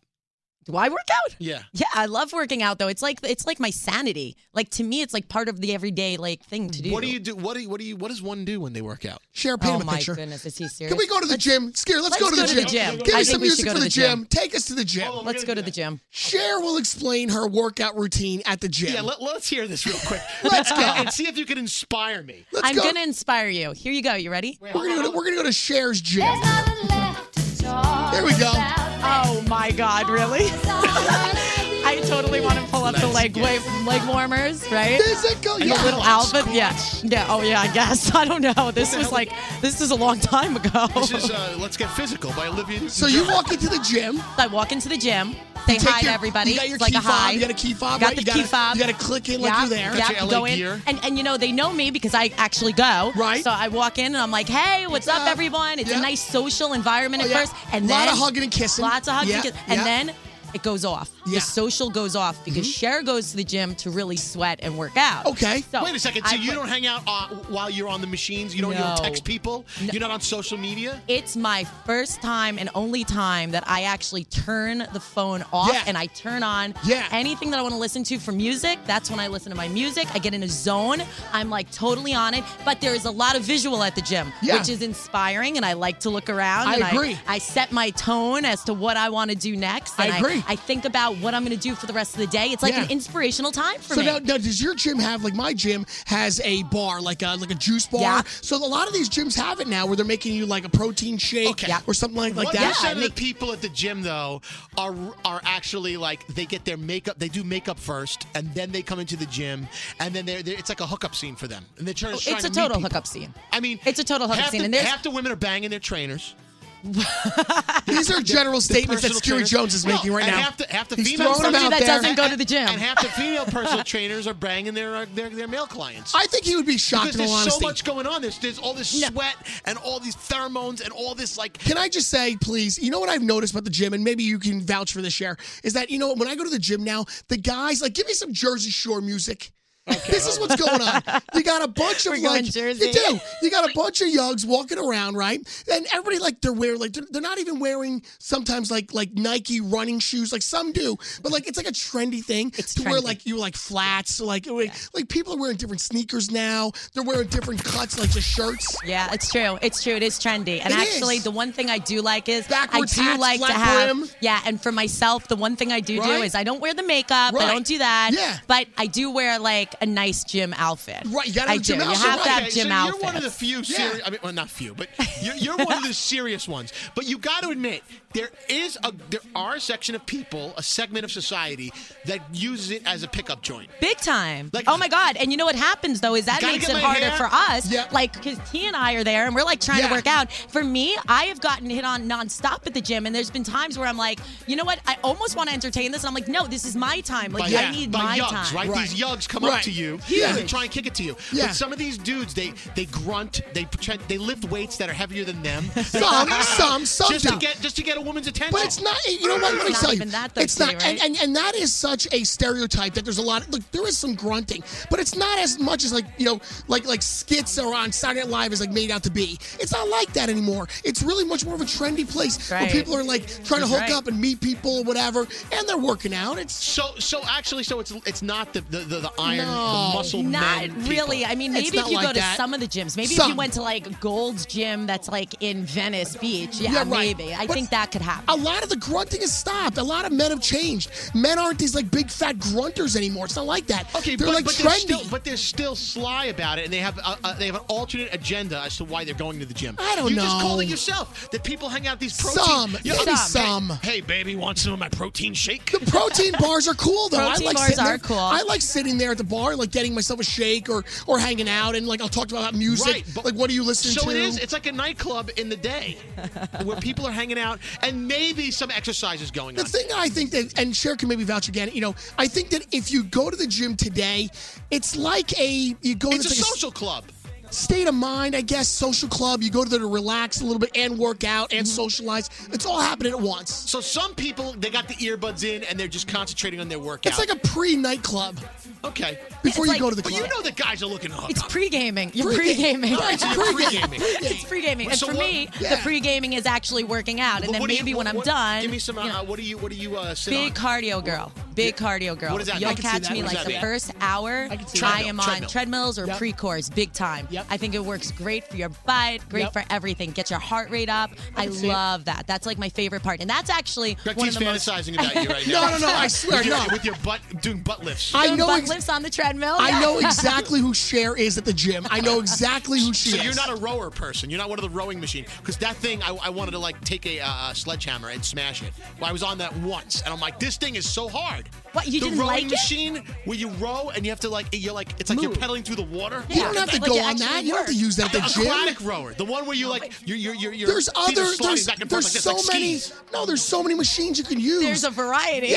Speaker 9: Do I work out?
Speaker 3: Yeah.
Speaker 9: Yeah, I love working out though. It's like it's like my sanity. Like to me, it's like part of the everyday like thing to do.
Speaker 3: What do you do? What do you, what do you what does one do when they work out?
Speaker 4: Share, paint
Speaker 9: Oh
Speaker 4: him a
Speaker 9: my
Speaker 4: picture.
Speaker 9: goodness, is he serious?
Speaker 4: Can we go to the gym? Scare, let's,
Speaker 9: Let's
Speaker 4: go to, the, gym.
Speaker 9: gym.
Speaker 4: Give
Speaker 9: I
Speaker 4: me
Speaker 9: think
Speaker 4: some
Speaker 9: we
Speaker 4: music
Speaker 9: should go
Speaker 4: for
Speaker 9: to
Speaker 4: the,
Speaker 9: the
Speaker 4: gym.
Speaker 9: gym.
Speaker 4: Take us to the gym.
Speaker 9: Let's go to the gym.
Speaker 4: Cher will explain her workout routine at the gym.
Speaker 3: Yeah, let, us hear this real quick. Let's go and see if you can inspire me.
Speaker 4: let's
Speaker 9: I'm
Speaker 4: go.
Speaker 9: gonna inspire you. Here you go. You ready?
Speaker 4: we're gonna go to, we're gonna go to Cher's gym. There we go.
Speaker 9: Oh my God! Really? I totally want to pull up the leg wave, leg warmers, right?
Speaker 4: Physical,
Speaker 9: The
Speaker 4: yeah.
Speaker 9: little alpha, yeah, yeah. Oh yeah, I guess. I don't know. This was like this is a long time ago.
Speaker 3: This is uh, let's get physical by Olivia.
Speaker 4: So you walk into the gym.
Speaker 9: I walk into the gym, say
Speaker 4: Take
Speaker 9: hi
Speaker 4: your-
Speaker 9: to everybody.
Speaker 4: You got your
Speaker 9: It's like
Speaker 4: key
Speaker 9: a
Speaker 4: fob.
Speaker 9: hi.
Speaker 4: You got a key fob.
Speaker 9: Got
Speaker 4: right?
Speaker 9: the
Speaker 4: you gotta,
Speaker 9: key fob.
Speaker 4: You got to click in like
Speaker 9: Yep,
Speaker 4: you're there.
Speaker 9: yep,
Speaker 3: your LA
Speaker 9: go in.
Speaker 3: gear.
Speaker 9: And, and you know, they know me because I actually go.
Speaker 4: Right.
Speaker 9: So I walk in and I'm like, hey, what's up,
Speaker 4: up?
Speaker 9: everyone? It's
Speaker 4: Yep.
Speaker 9: a nice social environment
Speaker 4: Oh,
Speaker 9: at
Speaker 4: yeah.
Speaker 9: first. And
Speaker 4: Lot
Speaker 9: then.
Speaker 4: of hugging and kissing.
Speaker 9: Lots of hugging
Speaker 4: Yeah,
Speaker 9: and kissing. And
Speaker 4: yeah.
Speaker 9: then it goes off.
Speaker 4: Yeah. Mm-hmm.
Speaker 9: The social goes off because Cher goes to the gym to really sweat and work out.
Speaker 4: Okay.
Speaker 9: So
Speaker 3: Wait a second. So
Speaker 9: I
Speaker 3: you
Speaker 9: put-
Speaker 3: don't hang out uh, while you're on the machines. You don't, you don't
Speaker 9: No.
Speaker 3: text people. You're not on social media.
Speaker 9: It's my first time and only time that I actually turn the phone off
Speaker 4: Yeah.
Speaker 9: and I turn on
Speaker 4: Yeah.
Speaker 9: anything that I want to listen to for music. That's when I listen to my music. I get in a zone. I'm like totally on it. But there is a lot of visual at the gym,
Speaker 4: Yeah.
Speaker 9: which is inspiring, and I like to look around.
Speaker 4: I
Speaker 9: and
Speaker 4: agree.
Speaker 9: I, set my tone as to what I want to do next.
Speaker 4: I
Speaker 9: and
Speaker 4: agree.
Speaker 9: I think about what I'm going to do for the rest of the day. It's like
Speaker 4: Yeah.
Speaker 9: an inspirational time for
Speaker 4: so
Speaker 9: me.
Speaker 4: now, now, does your gym have like my gym has a bar, like a like a juice bar?
Speaker 9: Yeah.
Speaker 4: So a lot of these gyms have it now, where they're making you like a protein
Speaker 9: Oh,
Speaker 4: shake or something like, like
Speaker 3: what
Speaker 4: that.
Speaker 3: percent of the people at the gym though are are actually like they get their makeup, they do makeup first, and then they come into the gym, and then they're, they're it's like a hookup scene for them, and they're trying.
Speaker 9: Oh,
Speaker 3: to trying
Speaker 9: it's a
Speaker 3: to meet
Speaker 9: total
Speaker 3: people.
Speaker 9: hookup scene.
Speaker 3: I mean,
Speaker 9: It's a total hookup
Speaker 3: half
Speaker 9: scene,
Speaker 3: The,
Speaker 9: and there's-
Speaker 3: half the women are banging their trainers.
Speaker 4: These are general statements that
Speaker 3: personal
Speaker 4: Scary
Speaker 3: trainers.
Speaker 4: Jones is
Speaker 3: No,
Speaker 4: making right
Speaker 3: and
Speaker 4: now.
Speaker 3: Half the, half the
Speaker 4: He's
Speaker 3: female
Speaker 4: throwing 'em
Speaker 9: Somebody
Speaker 4: out
Speaker 9: that
Speaker 4: there.
Speaker 9: doesn't go to the gym.
Speaker 3: and half the female personal trainers are banging their uh, their, their male clients.
Speaker 4: I think he would be shocked
Speaker 3: because
Speaker 4: in all
Speaker 3: there's so
Speaker 4: honesty.
Speaker 3: much going on. There's there's all this
Speaker 9: No.
Speaker 3: sweat and all these pheromones and all this like
Speaker 4: Can I just say, please? You know what I've noticed about the gym, and maybe you can vouch for this, Cher, is that you know when I go to the gym now, the guys like give me some Jersey Shore music. this is what's going on. You got a bunch of
Speaker 9: We're going
Speaker 4: like
Speaker 9: Jersey.
Speaker 4: you do. You got a bunch of yugs walking around, right? And everybody like they're wearing like they're, they're not even wearing sometimes like like Nike running shoes, like some do, but like it's like a trendy thing
Speaker 9: It's
Speaker 4: to wear
Speaker 9: trendy.
Speaker 4: like you like flats, like like, like people are wearing different sneakers now. They're wearing different cuts, like the shirts.
Speaker 9: Yeah, it's true. It's true. It is trendy. And
Speaker 4: It
Speaker 9: actually,
Speaker 4: is.
Speaker 9: the one thing I do like is
Speaker 4: Backwards
Speaker 9: I do
Speaker 4: hats,
Speaker 9: like to
Speaker 4: flat
Speaker 9: have.
Speaker 4: brim.
Speaker 9: Yeah, and for myself, the one thing I do
Speaker 4: Right?
Speaker 9: do is I don't wear the makeup.
Speaker 4: Right.
Speaker 9: I don't do that.
Speaker 4: Yeah.
Speaker 9: But I do wear like a nice gym outfit.
Speaker 4: Right, you gotta have a
Speaker 9: I
Speaker 4: gym
Speaker 9: do. You
Speaker 4: outfit,
Speaker 9: have to
Speaker 4: right.
Speaker 9: have
Speaker 3: Okay,
Speaker 9: gym
Speaker 3: so
Speaker 9: outfits.
Speaker 3: You're one of the few serious. I mean, well, not few, but you're, you're one of the serious ones. But you got to admit, there is a there are a section of people, a segment of society that uses it as a pickup joint.
Speaker 9: Big time.
Speaker 3: Like-
Speaker 9: oh my God. And you know what happens though is that
Speaker 3: Gotta
Speaker 9: makes
Speaker 3: get my
Speaker 9: it harder
Speaker 3: hair.
Speaker 9: for us.
Speaker 4: Yeah.
Speaker 9: Like, because T and I are there and we're like trying
Speaker 4: Yeah.
Speaker 9: to work out. For me, I have gotten hit on nonstop at the gym. And there's been times where I'm like, you know what? I almost want to entertain this. And I'm like, no, this is my time. Like, I need
Speaker 3: by
Speaker 9: my
Speaker 3: yugs,
Speaker 9: time.
Speaker 3: right?
Speaker 4: Right.
Speaker 3: These yugs come up
Speaker 4: Right.
Speaker 3: to you
Speaker 4: Yeah.
Speaker 3: and try and kick it to you.
Speaker 4: Yeah.
Speaker 3: But some of these dudes, they they grunt, they pretend, they lift weights that are heavier than them.
Speaker 4: Some, some, some
Speaker 3: just to
Speaker 4: do.
Speaker 3: get just to get a woman's attention.
Speaker 4: But it's not. You know what? Let me
Speaker 9: It's not
Speaker 4: tell you.
Speaker 9: even that, though,
Speaker 4: it's
Speaker 9: Kitty,
Speaker 4: not.
Speaker 9: right?
Speaker 4: And, and and that is such a stereotype that there's a lot. look, there is some grunting, but it's not as much as like you know, like like skits that are on Saturday Night Live is like made out to be. It's not like that anymore. It's really much more of a trendy place where
Speaker 9: Right.
Speaker 4: people are like trying to
Speaker 9: That's
Speaker 4: hook
Speaker 9: right.
Speaker 4: up and meet people or whatever, and they're working out. It's
Speaker 3: So, so actually, so it's it's not the the, the, the iron,
Speaker 4: No,
Speaker 3: the muscle
Speaker 9: Not
Speaker 3: men people.
Speaker 9: really. I mean,
Speaker 4: It's
Speaker 9: maybe if
Speaker 4: not
Speaker 9: you
Speaker 4: like
Speaker 9: go to
Speaker 4: that.
Speaker 9: some of the gyms, maybe if
Speaker 4: Some.
Speaker 9: you went to like Gold's Gym that's like in Venice Beach. Yeah,
Speaker 4: Yeah, right.
Speaker 9: maybe. I
Speaker 4: But-
Speaker 9: think that could happen.
Speaker 4: a lot of the grunting has stopped. A lot of men have changed. Men aren't these like big fat grunters anymore. It's not like that.
Speaker 3: Okay,
Speaker 4: they're
Speaker 3: but,
Speaker 4: like
Speaker 3: but
Speaker 4: trendy.
Speaker 3: they're still but they're still sly about it, and they have a, a, they have an alternate agenda as to why they're going to the gym.
Speaker 4: I don't
Speaker 3: you just called it
Speaker 4: know.
Speaker 3: yourself that people hang out these protein.
Speaker 4: Some,
Speaker 3: Yeah,
Speaker 4: maybe
Speaker 3: hey,
Speaker 4: some.
Speaker 3: Hey, baby, want some of my protein shake?
Speaker 4: The protein bars are cool though. I
Speaker 9: Protein
Speaker 4: like
Speaker 9: bars
Speaker 4: sitting
Speaker 9: are
Speaker 4: there,
Speaker 9: cool.
Speaker 4: I like sitting there at the bar, like getting myself a shake or or hanging out, and like I'll talk about music.
Speaker 3: Right, but-
Speaker 4: like what are you listening
Speaker 3: So
Speaker 4: to?
Speaker 3: it is. It's like a nightclub in the day, where people are hanging out, and maybe some exercise is going
Speaker 4: the
Speaker 3: on.
Speaker 4: thing that I think that, and Cher can maybe vouch again. You know, I think that if you go to the gym today, it's like a you go.
Speaker 3: It's
Speaker 4: to
Speaker 3: a
Speaker 4: like
Speaker 3: social club.
Speaker 4: state of mind, I guess. Social club. You go there to relax a little bit and work out
Speaker 3: Mm-hmm.
Speaker 4: and socialize. It's all happening at once.
Speaker 3: So some people they got the earbuds in and they're just concentrating on their workout.
Speaker 4: It's like a pre nightclub
Speaker 3: okay,
Speaker 4: before you
Speaker 9: It's like-
Speaker 4: go to the
Speaker 3: but
Speaker 4: club.
Speaker 3: you know the guys are looking to hook
Speaker 9: It's
Speaker 3: up.
Speaker 9: pre gaming. You're pre
Speaker 4: Pre-game.
Speaker 9: gaming.
Speaker 4: All right, so you're pre-gaming.
Speaker 9: It's pre gaming. And
Speaker 3: So
Speaker 9: for
Speaker 3: what-
Speaker 9: me,
Speaker 4: yeah.
Speaker 9: the pre gaming is actually working out. And
Speaker 3: But
Speaker 9: then
Speaker 3: what do you-
Speaker 9: maybe when
Speaker 3: what-
Speaker 9: I'm
Speaker 3: what-
Speaker 9: done.
Speaker 3: Give me some.
Speaker 9: you know,
Speaker 3: Uh, what do you? What do you uh, sit
Speaker 9: Big
Speaker 3: on?
Speaker 9: cardio girl. Big cardio girl.
Speaker 3: What does that mean? I
Speaker 9: You'll
Speaker 3: can see
Speaker 9: catch
Speaker 3: that.
Speaker 9: me
Speaker 3: What does
Speaker 9: like
Speaker 3: that
Speaker 9: the
Speaker 3: mean?
Speaker 9: first hour. I,
Speaker 4: can see
Speaker 3: that.
Speaker 9: am
Speaker 3: Treadmill.
Speaker 9: on treadmills or
Speaker 4: Yep.
Speaker 9: pre-cores, big time.
Speaker 4: Yep.
Speaker 9: I think it works great for your butt, great
Speaker 4: Yep.
Speaker 9: for everything. Get your heart rate up. I,
Speaker 4: can see it.
Speaker 9: love that. That's like my favorite part. And that's actually
Speaker 3: Greg
Speaker 9: one
Speaker 3: T's
Speaker 9: of the most
Speaker 3: fantasizing about you right now.
Speaker 4: no, no, no. I swear,
Speaker 3: with, your,
Speaker 4: no.
Speaker 3: with your butt doing butt lifts.
Speaker 4: I know
Speaker 9: butt
Speaker 4: ex-
Speaker 9: lifts on the treadmill.
Speaker 4: I
Speaker 9: Yeah.
Speaker 4: know exactly who Cher is at the gym. I know exactly who she
Speaker 3: so
Speaker 4: is.
Speaker 3: you're not a rower person. You're not one of the rowing machine. Because that thing, I, I wanted to like take a uh, sledgehammer and smash it. Well, I was on that once, and I'm like, this thing is so hard.
Speaker 9: What, you
Speaker 3: the
Speaker 9: didn't
Speaker 3: rowing
Speaker 9: like it?
Speaker 3: machine where you row and you have to like you're like it's like you're
Speaker 9: Move.
Speaker 3: pedaling through the water.
Speaker 4: You don't have to
Speaker 9: Like
Speaker 4: go
Speaker 9: it
Speaker 4: on
Speaker 9: actually
Speaker 4: that. You don't have to
Speaker 9: works.
Speaker 4: use that at
Speaker 3: The
Speaker 4: the gym.
Speaker 3: aquatic rower, the one where you like you're you're you're. you're
Speaker 4: There's
Speaker 3: feet are
Speaker 4: other
Speaker 3: sliding
Speaker 4: there's
Speaker 3: back and forth
Speaker 4: there's
Speaker 3: like this,
Speaker 4: so
Speaker 3: like
Speaker 4: many
Speaker 3: skis.
Speaker 4: no there's so many machines you can use.
Speaker 9: There's a variety.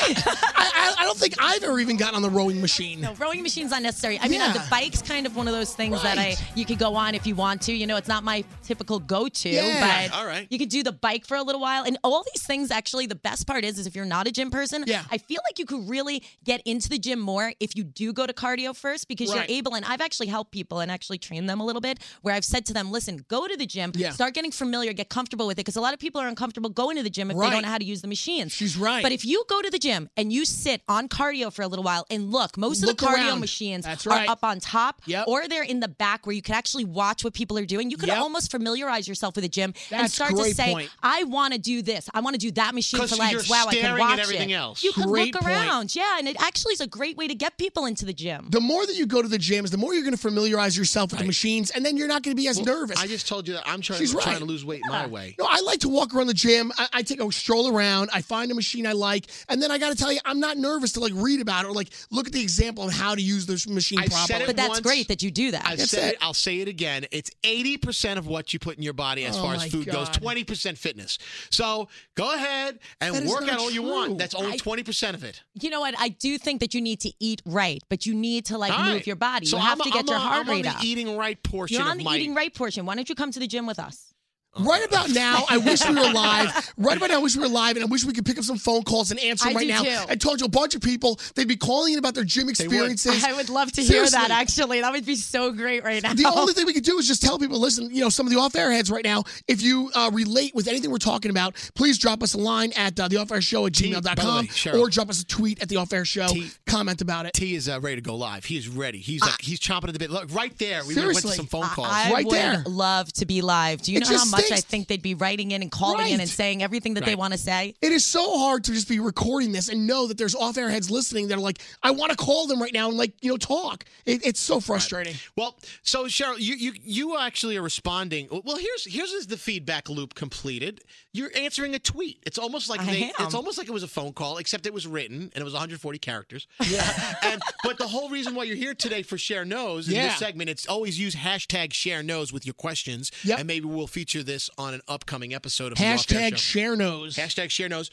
Speaker 4: I, I, I don't think I've ever even gotten on the rowing machine.
Speaker 9: No, rowing machine's not necessary. I mean,
Speaker 4: Yeah.
Speaker 9: uh, the bike's kind of one of those things that I
Speaker 4: Right.
Speaker 9: you could go on if you want to. You know, it's not my typical go-to,
Speaker 4: Yeah.
Speaker 9: but
Speaker 3: All right.
Speaker 9: you could do the bike for a little while. And all these things, actually, the best part is, is if you're not a gym person,
Speaker 4: Yeah.
Speaker 9: I feel like you could really get into the gym more if you do go to cardio first because
Speaker 4: Right.
Speaker 9: you're able. And I've actually helped people and actually trained them a little bit where I've said to them, listen, go to the gym,
Speaker 4: Yeah.
Speaker 9: start getting familiar, get comfortable with it because a lot of people are uncomfortable going to the gym if
Speaker 4: Right.
Speaker 9: they don't know how to use the machines.
Speaker 4: She's right.
Speaker 9: But if you go to the gym and you sit on cardio for a little while and look, most
Speaker 4: Look
Speaker 9: of the cardio
Speaker 4: around.
Speaker 9: machines
Speaker 4: That's
Speaker 9: are
Speaker 4: right.
Speaker 9: up on top
Speaker 4: Yep.
Speaker 9: or they're in the back where you can actually watch what people are doing. You can
Speaker 4: Yep.
Speaker 9: almost familiarize yourself with a gym and
Speaker 4: That's
Speaker 9: start to
Speaker 4: great
Speaker 9: say,
Speaker 4: point.
Speaker 9: I want to do this. I want to do that machine
Speaker 3: 'Cause
Speaker 9: for
Speaker 3: you're
Speaker 9: legs. Wow, I can
Speaker 3: staring at
Speaker 9: watch
Speaker 3: everything
Speaker 9: it.
Speaker 3: else.
Speaker 9: You can
Speaker 4: Great
Speaker 9: look
Speaker 4: point.
Speaker 9: around. Yeah, and it actually is a great way to get people into the gym.
Speaker 4: The more that you go to the gyms, the more you're going to familiarize yourself with the machines, and then you're not going to be as nervous.
Speaker 3: I just told you that I'm trying,
Speaker 4: She's right.
Speaker 3: trying to lose weight my way.
Speaker 4: No, I like to walk around the gym. I, I take a stroll around. I find a machine I like, and then I got to tell you, I'm not nervous to like read about it or like look at the example of how to use this machine
Speaker 3: I
Speaker 4: properly.
Speaker 3: said it
Speaker 9: but that's
Speaker 3: once,
Speaker 9: great that you do that.
Speaker 3: I said it. I'll say it again. It's 80% of what you put in your body as
Speaker 4: Oh
Speaker 3: far as
Speaker 4: my
Speaker 3: food goes,
Speaker 4: God.
Speaker 3: 20% fitness. So go ahead
Speaker 4: That
Speaker 3: and
Speaker 4: is
Speaker 3: work
Speaker 4: not
Speaker 3: out all you
Speaker 4: true.
Speaker 3: want. That's only
Speaker 9: I-
Speaker 3: 20% of it.
Speaker 9: you know what? I do think that you need to eat right, but you need to like
Speaker 3: All
Speaker 9: move
Speaker 3: right.
Speaker 9: your body.
Speaker 3: So
Speaker 9: you have
Speaker 3: I'm,
Speaker 9: to get
Speaker 3: I'm
Speaker 9: your
Speaker 3: on,
Speaker 9: heart
Speaker 3: I'm
Speaker 9: rate
Speaker 3: on
Speaker 9: up.
Speaker 3: the eating right portion
Speaker 9: You're on
Speaker 3: of
Speaker 9: the
Speaker 3: my
Speaker 9: eating right portion. Why don't you come to the gym with us?
Speaker 3: Oh,
Speaker 4: Right about now, I wish we were live. Right about now, I wish we were live, and I wish we could pick up some phone calls and answer them
Speaker 9: I
Speaker 4: right
Speaker 9: do
Speaker 4: now.
Speaker 9: too.
Speaker 4: I told you a bunch of people they'd be calling in about their gym experiences.
Speaker 9: I would love to hear that.
Speaker 4: Seriously.
Speaker 9: Actually, that would be so great right now.
Speaker 4: The
Speaker 3: Oh.
Speaker 4: only thing we can do is just tell people, listen, you know, some of the off air heads right now, if you uh, relate with anything we're talking about, please drop us a line at uh, theoffairshow at
Speaker 3: by the way,
Speaker 4: gmail.com
Speaker 3: Cheryl.
Speaker 4: or drop us a tweet at the off air show.
Speaker 3: T-
Speaker 4: Comment about it.
Speaker 3: T is uh, ready to go live. He is ready. He's like, he's chomping at the bit. Look, right there. We went to
Speaker 4: Seriously.
Speaker 3: some phone calls.
Speaker 9: Ah, I
Speaker 4: Right
Speaker 9: would
Speaker 4: there.
Speaker 9: love to be live. Do you
Speaker 4: It
Speaker 9: know how
Speaker 4: just
Speaker 9: much I
Speaker 4: stinks.
Speaker 9: think they'd be writing in and calling
Speaker 4: Right.
Speaker 9: in and saying everything that they
Speaker 3: Right.
Speaker 9: want to say?
Speaker 4: It is so hard to just be recording this and know that there's off air heads listening that are like, I want to call them right now and like, you know, talk. It, it's so frustrating.
Speaker 3: Well, so Cheryl, you you you actually are responding. Well, here's here's the feedback loop completed. You're answering a tweet. It's almost like
Speaker 9: I
Speaker 3: they,
Speaker 9: am.
Speaker 3: it's almost like it was a phone call, except it was written and it was 140 characters. Yeah. and but the whole reason why you're here today for Share Knows in
Speaker 4: Yeah.
Speaker 3: this segment, it's always use hashtag Share Knows with your questions,
Speaker 4: Yep.
Speaker 3: and maybe we'll feature this on an upcoming episode of the Off
Speaker 4: Hashtag
Speaker 3: Air Show.
Speaker 4: share knows.
Speaker 3: Hashtag share knows.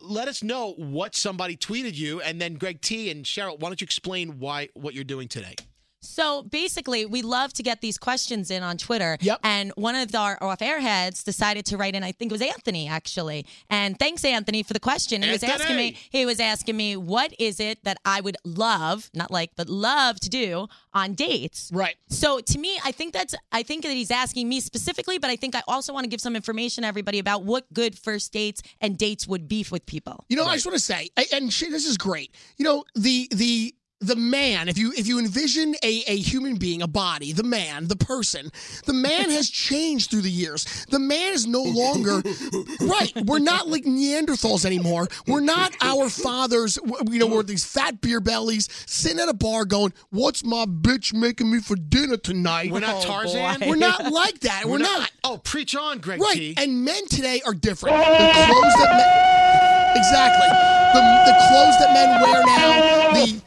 Speaker 3: Let us know what somebody tweeted you, and then Greg T and Cheryl, why don't you explain why what you're doing today?
Speaker 9: So basically, we love to get these questions in on Twitter.
Speaker 4: Yep.
Speaker 9: And one of our off airheads decided to write in, I think it was Anthony, actually. And thanks, Anthony, for the question. He was
Speaker 3: Anthony!
Speaker 9: asking me, he was asking me, what is it that I would love, not like, but love to do on dates?
Speaker 4: Right.
Speaker 9: So to me, I think that's I think that he's asking me specifically, but I think I also want to give some information to everybody about what good first dates and dates would be with people.
Speaker 4: You know, I just want to say, I- and shit, this is great. You know, the the the man. If you if you envision a a human being, a body, the man, the person, the man has changed through the years. The man is no longer right. We're not like Neanderthals anymore. We're not our fathers. w- You know, we're these fat beer bellies sitting at a bar going, "What's my bitch making me for dinner tonight?"
Speaker 3: We're not Tarzan.
Speaker 9: boy.
Speaker 4: We're not like that. Oh, We're, not.
Speaker 3: Oh, preach on, Greg
Speaker 4: Right,
Speaker 3: T.
Speaker 4: and men today are different. The clothes that men, exactly the, the clothes that men wear now, the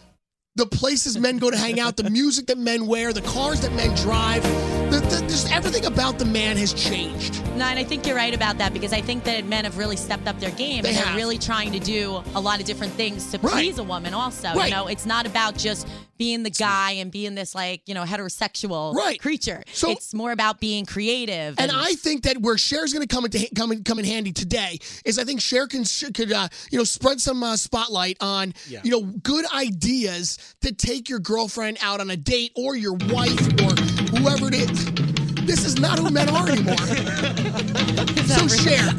Speaker 4: the places men go to hang out, the music that men wear, the cars that men drive, the, the, just everything about the man has changed.
Speaker 9: No, and I think you're right about that because I think that men have really stepped up their game
Speaker 4: They
Speaker 9: and they're
Speaker 4: have.
Speaker 9: really trying to do a lot of different things to
Speaker 4: Right.
Speaker 9: please a woman also.
Speaker 4: Right.
Speaker 9: You know, it's not about just being the guy and being this like, you know, heterosexual
Speaker 4: Right.
Speaker 9: creature.
Speaker 4: So-
Speaker 9: it's more about being creative.
Speaker 4: And I think that where Cher's going to come into come in, come in handy today is I think Cher can sh- could uh, you know spread some uh, spotlight on you know good ideas to take your girlfriend out on a date or your wife or whoever it is. This is not who men are anymore. so Cher,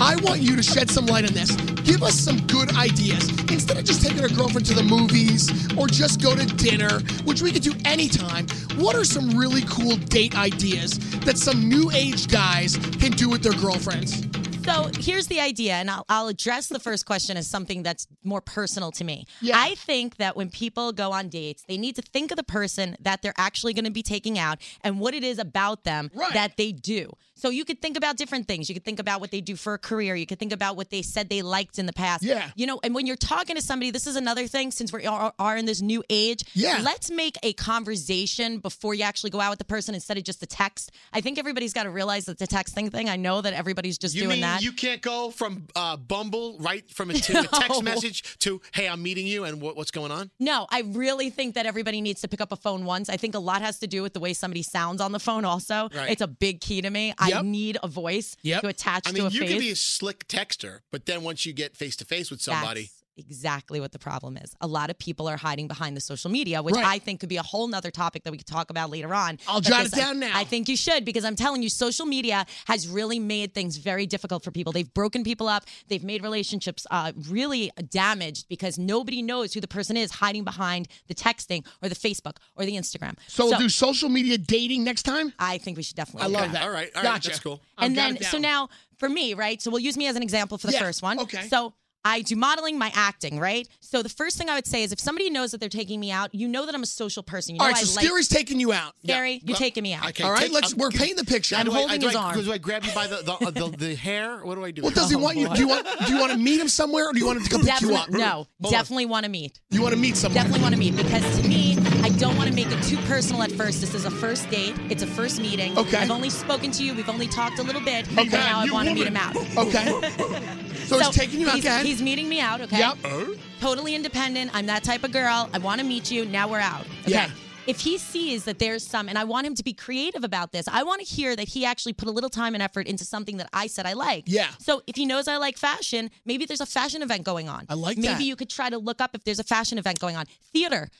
Speaker 4: I want you to shed some light on this. Give us some good ideas instead of just taking our girlfriend to the movies or just go to dinner, which we could do anytime. What are some really cool date ideas that some new age guys can do with their girlfriends?
Speaker 9: So here's the idea, and I'll, I'll address the first question as something that's more personal to me.
Speaker 4: Yeah.
Speaker 9: I think that when people go on dates, they need to think of the person that they're actually going to be taking out and what it is about them
Speaker 4: Right.
Speaker 9: that they do. So you could think about different things. You could think about what they do for a career. You could think about what they said they liked in the past.
Speaker 4: Yeah.
Speaker 9: You know, and when you're talking to somebody, this is another thing since we are, are in this new age.
Speaker 4: Yeah.
Speaker 9: Let's make a conversation before you actually go out with the person instead of just a text. I think everybody's got to realize that the texting thing. I know that everybody's just
Speaker 3: You
Speaker 9: doing
Speaker 3: mean
Speaker 9: that.
Speaker 3: you can't go from uh, Bumble right from a, to a text message to Hey, I'm meeting you, and what, what's going on?
Speaker 9: No, I really think that everybody needs to pick up a phone once. I think a lot has to do with the way somebody sounds on the phone, also.
Speaker 3: Right.
Speaker 9: It's a big key to me. I
Speaker 4: Yep.
Speaker 9: need a voice
Speaker 4: Yep.
Speaker 9: to
Speaker 3: I
Speaker 9: attach to
Speaker 3: mean,
Speaker 9: a
Speaker 3: you
Speaker 9: face.
Speaker 3: can be a slick texter, but then once you get face to face with somebody,
Speaker 9: That's exactly what the problem is. A lot of people are hiding behind the social media, which
Speaker 4: Right.
Speaker 9: I think could be a whole nother topic that we could talk about later on.
Speaker 4: I'll
Speaker 9: But
Speaker 4: jot
Speaker 9: this-
Speaker 4: it down now.
Speaker 9: I think you should because I'm telling you, social media has really made things very difficult for people. They've broken people up. They've made relationships uh, really damaged because nobody knows who the person is hiding behind the texting or the Facebook or the Instagram.
Speaker 4: So, we'll do social media dating next time.
Speaker 9: I think we should definitely.
Speaker 4: I
Speaker 9: do
Speaker 4: love that.
Speaker 3: All right, all right,
Speaker 4: gotcha.
Speaker 3: that's cool.
Speaker 4: I've
Speaker 9: and
Speaker 4: got
Speaker 9: then
Speaker 4: it
Speaker 9: so
Speaker 4: down.
Speaker 9: now for me, right? So we'll use me as an example for the
Speaker 4: Yeah,
Speaker 9: first one.
Speaker 4: okay.
Speaker 9: So I do modeling, my acting, right? So the first thing I would say is if somebody knows that they're taking me out, you know that I'm a social person. You know
Speaker 4: all right,
Speaker 9: I
Speaker 4: so
Speaker 9: like
Speaker 4: Scary's taking you out.
Speaker 9: Scary, you're
Speaker 3: Well,
Speaker 9: taking me out.
Speaker 3: okay,
Speaker 4: All right,
Speaker 3: take-
Speaker 4: let's.
Speaker 3: I'm-
Speaker 4: we're painting the picture.
Speaker 3: How do I-
Speaker 9: holding
Speaker 3: do I,
Speaker 9: his arm. Oh,
Speaker 3: Do I grab you by the the, uh, the, the hair? What do I do?
Speaker 4: What does he want you? Do you want? Do you want to meet him somewhere, or do you want him to come pick you up?
Speaker 9: Definitely, no, definitely want to meet.
Speaker 4: You want to meet someone?
Speaker 9: Definitely want to meet because to me, I don't want to make it too personal at first. This is a first date. It's a first meeting.
Speaker 4: Okay.
Speaker 9: I've only spoken to you. We've only talked a little bit. Okay.
Speaker 4: Okay,
Speaker 9: now I
Speaker 4: you
Speaker 9: want to meet him out.
Speaker 4: Okay. So, he's taking you out.
Speaker 9: He's,
Speaker 4: Go ahead.
Speaker 9: he's meeting me out. Okay.
Speaker 4: Yep.
Speaker 9: totally independent. I'm that type of girl. I want to meet you. Now we're out. Okay.
Speaker 4: Yeah.
Speaker 9: If he sees that there's some, and I want him to be creative about this, I want to hear that he actually put a little time and effort into something that I said I like.
Speaker 4: Yeah.
Speaker 9: So if he knows I like fashion, maybe there's a fashion event going on.
Speaker 4: I like
Speaker 9: Maybe
Speaker 4: that.
Speaker 9: you could try to look up if there's a fashion event going on. Theater.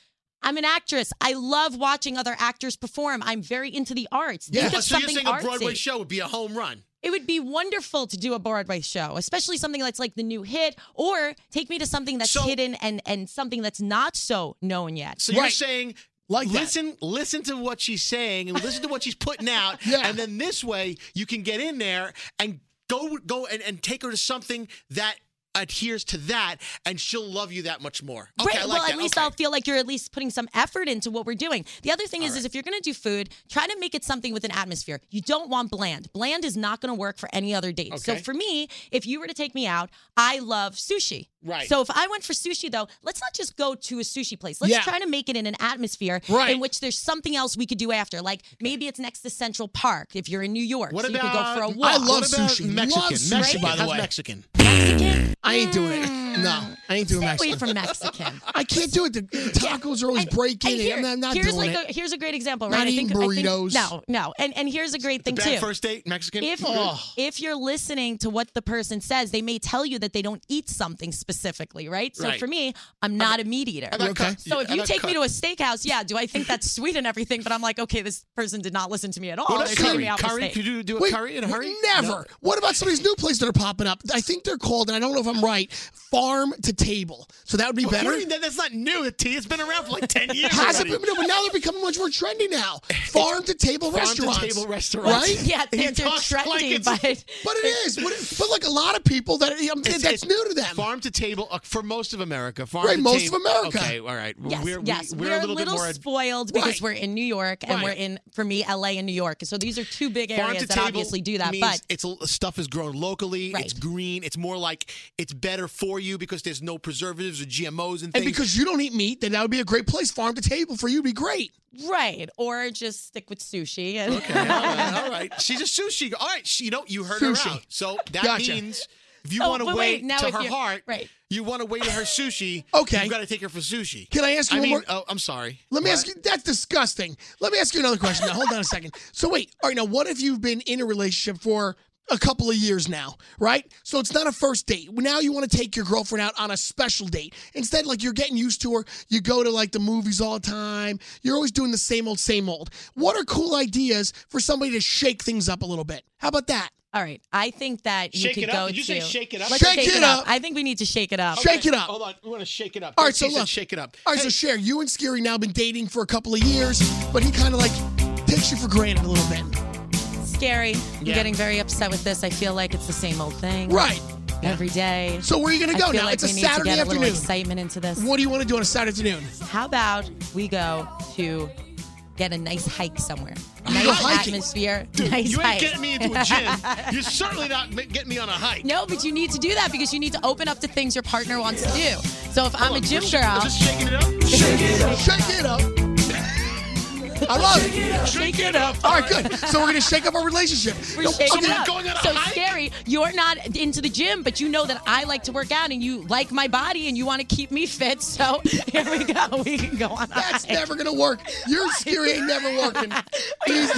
Speaker 9: I'm an actress. I love watching other actors perform. I'm very into the arts.
Speaker 4: Yeah.
Speaker 9: Think
Speaker 3: Oh,
Speaker 9: of
Speaker 3: so you're
Speaker 9: something
Speaker 3: saying a Broadway
Speaker 9: artsy.
Speaker 3: show would be a home run?
Speaker 9: It would be wonderful to do a Broadway show, especially something that's like the new hit, or take me to something that's
Speaker 3: So-
Speaker 9: hidden and and something that's not so known yet.
Speaker 3: So you're
Speaker 4: Right.
Speaker 3: saying
Speaker 4: Like that.
Speaker 3: listen, listen to what she's saying and listen to what she's putting out,
Speaker 4: Yeah.
Speaker 3: and then this way you can get in there and go go and, and take her to something that adheres to that, and she'll love you that much more. Okay,
Speaker 9: right.
Speaker 3: I like
Speaker 9: well,
Speaker 3: that.
Speaker 9: at least
Speaker 3: okay.
Speaker 9: I'll feel like you're at least putting some effort into what we're doing. The other thing is, is if you're going to do food, try to make it something with an atmosphere. You don't want bland. Bland is not going to work for any other date. So
Speaker 4: Okay.
Speaker 9: for me, if you were to take me out, I love sushi.
Speaker 3: Right.
Speaker 9: So if I went for sushi though, let's not just go to a sushi place. Let's
Speaker 4: Yeah.
Speaker 9: try to make it in an atmosphere
Speaker 4: Right.
Speaker 9: in which there's something else we could do after. Like maybe it's next to Central Park if you're in New York.
Speaker 3: What
Speaker 9: so you
Speaker 3: about
Speaker 9: could go for a walk.
Speaker 4: I love
Speaker 3: what about
Speaker 4: sushi.
Speaker 3: Mexican.
Speaker 4: Love sushi,
Speaker 3: Mexican.
Speaker 4: by the
Speaker 3: How's
Speaker 4: way.
Speaker 3: Mexican.
Speaker 4: I ain't doing it. No, I ain't doing
Speaker 9: Stay
Speaker 4: Mexican.
Speaker 9: away from Mexican.
Speaker 4: I can't do it. The tacos are always breaking.
Speaker 9: And
Speaker 4: and
Speaker 9: here-
Speaker 4: I'm not, I'm not
Speaker 9: here's
Speaker 4: doing
Speaker 9: like
Speaker 4: it.
Speaker 9: A, here's a great example,
Speaker 4: Not
Speaker 9: right?
Speaker 4: eating burritos.
Speaker 9: no, no. And and here's a great thing
Speaker 3: Bad
Speaker 9: too.
Speaker 3: first date, Mexican.
Speaker 9: if
Speaker 4: Ugh.
Speaker 9: if you're listening to what the person says, they may tell you that they don't eat something specifically, right? So
Speaker 3: Right.
Speaker 9: for me, I'm not a meat eater.
Speaker 3: How about
Speaker 4: Okay.
Speaker 3: cut?
Speaker 9: So if
Speaker 3: How
Speaker 9: you
Speaker 3: about
Speaker 9: take
Speaker 3: cut?
Speaker 9: me to a steakhouse, yeah, do I think that's sweet and everything? But I'm like, okay, this person did not listen to me at all.
Speaker 3: what
Speaker 9: They're
Speaker 3: about
Speaker 9: taking Oh, me
Speaker 3: curry?
Speaker 9: out for
Speaker 3: Curry?
Speaker 9: steak.
Speaker 3: Could you do a
Speaker 4: Wait,
Speaker 3: curry in a hurry?
Speaker 4: Never. What about some of these new places that are popping up? I think they're called, and I don't know if I'm right, farm to table. So that would be
Speaker 3: What do
Speaker 4: better.
Speaker 3: Oh, you mean that- that's not new. The tea has been around for like ten years.
Speaker 4: Has it
Speaker 3: already.
Speaker 4: been? No, but now they're becoming much more trendy now. Farm to table restaurants.
Speaker 3: table restaurants.
Speaker 9: Well,
Speaker 4: Right?
Speaker 9: Yeah, they're,
Speaker 3: He
Speaker 9: they're
Speaker 3: talks like
Speaker 9: trendy,
Speaker 3: it's-
Speaker 9: but
Speaker 4: But it is. What it- But like a lot of people that I'm,
Speaker 3: It's-
Speaker 4: that's
Speaker 3: it's
Speaker 4: new to them.
Speaker 3: Farm to table uh, for most of America. Farm
Speaker 4: Right,
Speaker 3: to
Speaker 4: most
Speaker 3: table-
Speaker 4: of America.
Speaker 3: Okay, all right.
Speaker 9: Yes,
Speaker 3: we're, we-
Speaker 9: yes.
Speaker 3: We're, a little, bit more. ad-
Speaker 9: spoiled
Speaker 4: Right.
Speaker 9: because we're in New York and
Speaker 4: Right.
Speaker 9: we're in, for me, LA and New York. So these are two big
Speaker 3: Farm to
Speaker 9: areas that
Speaker 3: table
Speaker 9: obviously do that.
Speaker 3: means
Speaker 9: But
Speaker 3: it's a- stuff is grown locally. It's
Speaker 9: Right.
Speaker 3: green. It's more like it's better for you because there's no preservatives or GMOs and things.
Speaker 4: and because you don't eat meat, then that would be a great place. Farm to table for you would be great.
Speaker 9: right, or just stick with sushi. And
Speaker 3: Okay, all right, all right. She's a sushi. girl. All right, she, you know you heard
Speaker 4: Sushi.
Speaker 3: her out. So that
Speaker 4: Gotcha.
Speaker 3: means if you
Speaker 9: Oh,
Speaker 3: want to
Speaker 9: but
Speaker 3: wait,
Speaker 9: wait, now
Speaker 3: to
Speaker 9: if
Speaker 3: her
Speaker 9: you-
Speaker 3: heart,
Speaker 9: right.
Speaker 3: You want to wait to her sushi.
Speaker 4: Okay.
Speaker 3: you got to take her for sushi.
Speaker 4: Can I ask you
Speaker 3: I
Speaker 4: one
Speaker 3: mean,
Speaker 4: more-
Speaker 3: oh, I'm sorry.
Speaker 4: Let me
Speaker 3: What?
Speaker 4: ask you. That's disgusting. Let me ask you another question. Now, hold on a second. So, wait. All right. Now, what if you've been in a relationship for a couple of years now, right? So it's not a first date. Now you want to take your girlfriend out on a special date. Instead, like you're getting used to her. You go to like the movies all the time. You're always doing the same old, same old. What are cool ideas for somebody to shake things up a little bit? How about that?
Speaker 9: All right, I think that you
Speaker 3: Shake
Speaker 9: could
Speaker 3: it up?
Speaker 9: go
Speaker 3: Did you
Speaker 9: to
Speaker 3: say shake it up?
Speaker 9: Let's
Speaker 4: Shake it up.
Speaker 9: I think we need to shake it up.
Speaker 4: Shake it up.
Speaker 3: Hold on, we want to shake it up.
Speaker 4: All right, so
Speaker 3: She said
Speaker 4: look.
Speaker 3: shake it up.
Speaker 4: All right, so
Speaker 3: Hey,
Speaker 4: share. You and Scary now been dating for a couple of years, but he kind of like takes you for granted a little bit.
Speaker 9: Scary. I'm
Speaker 3: Yeah.
Speaker 9: getting very upset with this. I feel like it's the same old thing
Speaker 4: Right.
Speaker 9: every day.
Speaker 4: So where are you going
Speaker 9: I
Speaker 4: to go
Speaker 9: feel
Speaker 4: now?
Speaker 9: like
Speaker 4: it's a
Speaker 9: we need to
Speaker 4: Saturday
Speaker 9: get a little
Speaker 4: afternoon.
Speaker 9: excitement into this.
Speaker 4: What do you want to do on a Saturday afternoon?
Speaker 9: How about we go to get a nice hike somewhere? Nice
Speaker 4: go hiking.
Speaker 9: atmosphere, nice
Speaker 3: you ain't
Speaker 9: hike.
Speaker 3: getting me into a gym. You're certainly not ma- getting me on a hike.
Speaker 9: No, but you need to do that because you need to open up to things your partner wants to do. So if I'm a gym girl,
Speaker 3: Just shaking it up.
Speaker 4: Shake it up. Shake it up. I love it. Shake it up. All right, good. So we're gonna shake up our relationship.
Speaker 9: We're
Speaker 4: No,
Speaker 9: shaking
Speaker 4: somebody
Speaker 9: it up.
Speaker 4: going on a
Speaker 9: so
Speaker 4: hike?
Speaker 9: scary. You're not into the gym, but you know that I like to work out, and you like my body, and you want to keep me fit. So here we go. We can go on. a
Speaker 4: That's
Speaker 9: hike.
Speaker 4: never gonna work. Your scary ain't never working. He's,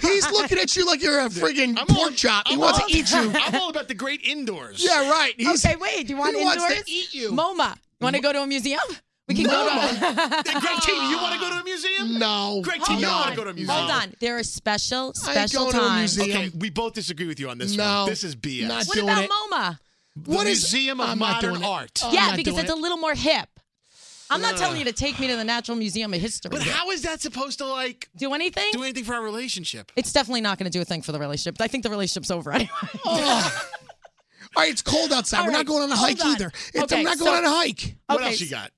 Speaker 4: he's looking at you like you're a friggin'
Speaker 3: I'm
Speaker 4: pork
Speaker 3: all-
Speaker 4: chop. He
Speaker 3: I'm
Speaker 4: wants
Speaker 3: all-
Speaker 4: to eat you.
Speaker 3: I'm all about the great indoors.
Speaker 4: Yeah, right. He's,
Speaker 9: okay, wait. Do you want
Speaker 4: he
Speaker 9: indoors?
Speaker 4: wants to eat you.
Speaker 9: MoMA. Want to go to a museum? We can go to.
Speaker 3: Hey, Greg T, you want to go to a museum?
Speaker 4: no.
Speaker 3: Greg T,
Speaker 9: Hold
Speaker 3: you don't want
Speaker 9: on.
Speaker 3: to go to a museum.
Speaker 9: Hold on. There are special,
Speaker 4: I ain't
Speaker 9: special
Speaker 4: going to a
Speaker 9: times.
Speaker 4: museum.
Speaker 3: Okay, we both disagree with you on this
Speaker 4: No.
Speaker 3: one. This is BS.
Speaker 4: Not
Speaker 9: What
Speaker 4: doing
Speaker 9: about
Speaker 4: it.
Speaker 9: MoMA?
Speaker 4: What
Speaker 3: the
Speaker 4: is-
Speaker 3: Museum of
Speaker 4: I'm not
Speaker 3: Modern
Speaker 4: doing it.
Speaker 3: Art.
Speaker 4: Oh, I'm
Speaker 9: yeah,
Speaker 4: not
Speaker 9: because
Speaker 4: doing
Speaker 9: it's
Speaker 4: it.
Speaker 9: a little more hip. I'm not telling you to take me to the Natural Museum of History.
Speaker 3: But how is that supposed to like
Speaker 9: do anything?
Speaker 3: do anything for our relationship?
Speaker 9: it's definitely not going to do a thing for the relationship. I think the relationship's over anyway.
Speaker 4: Ugh. All right, it's cold outside.
Speaker 9: All
Speaker 4: We're
Speaker 9: right,
Speaker 4: not going on a
Speaker 9: hold
Speaker 4: hike
Speaker 9: on.
Speaker 4: either. It's,
Speaker 9: Okay,
Speaker 4: I'm not
Speaker 9: so- Oh.
Speaker 4: going on a hike.
Speaker 3: What
Speaker 9: Okay,
Speaker 3: else you got?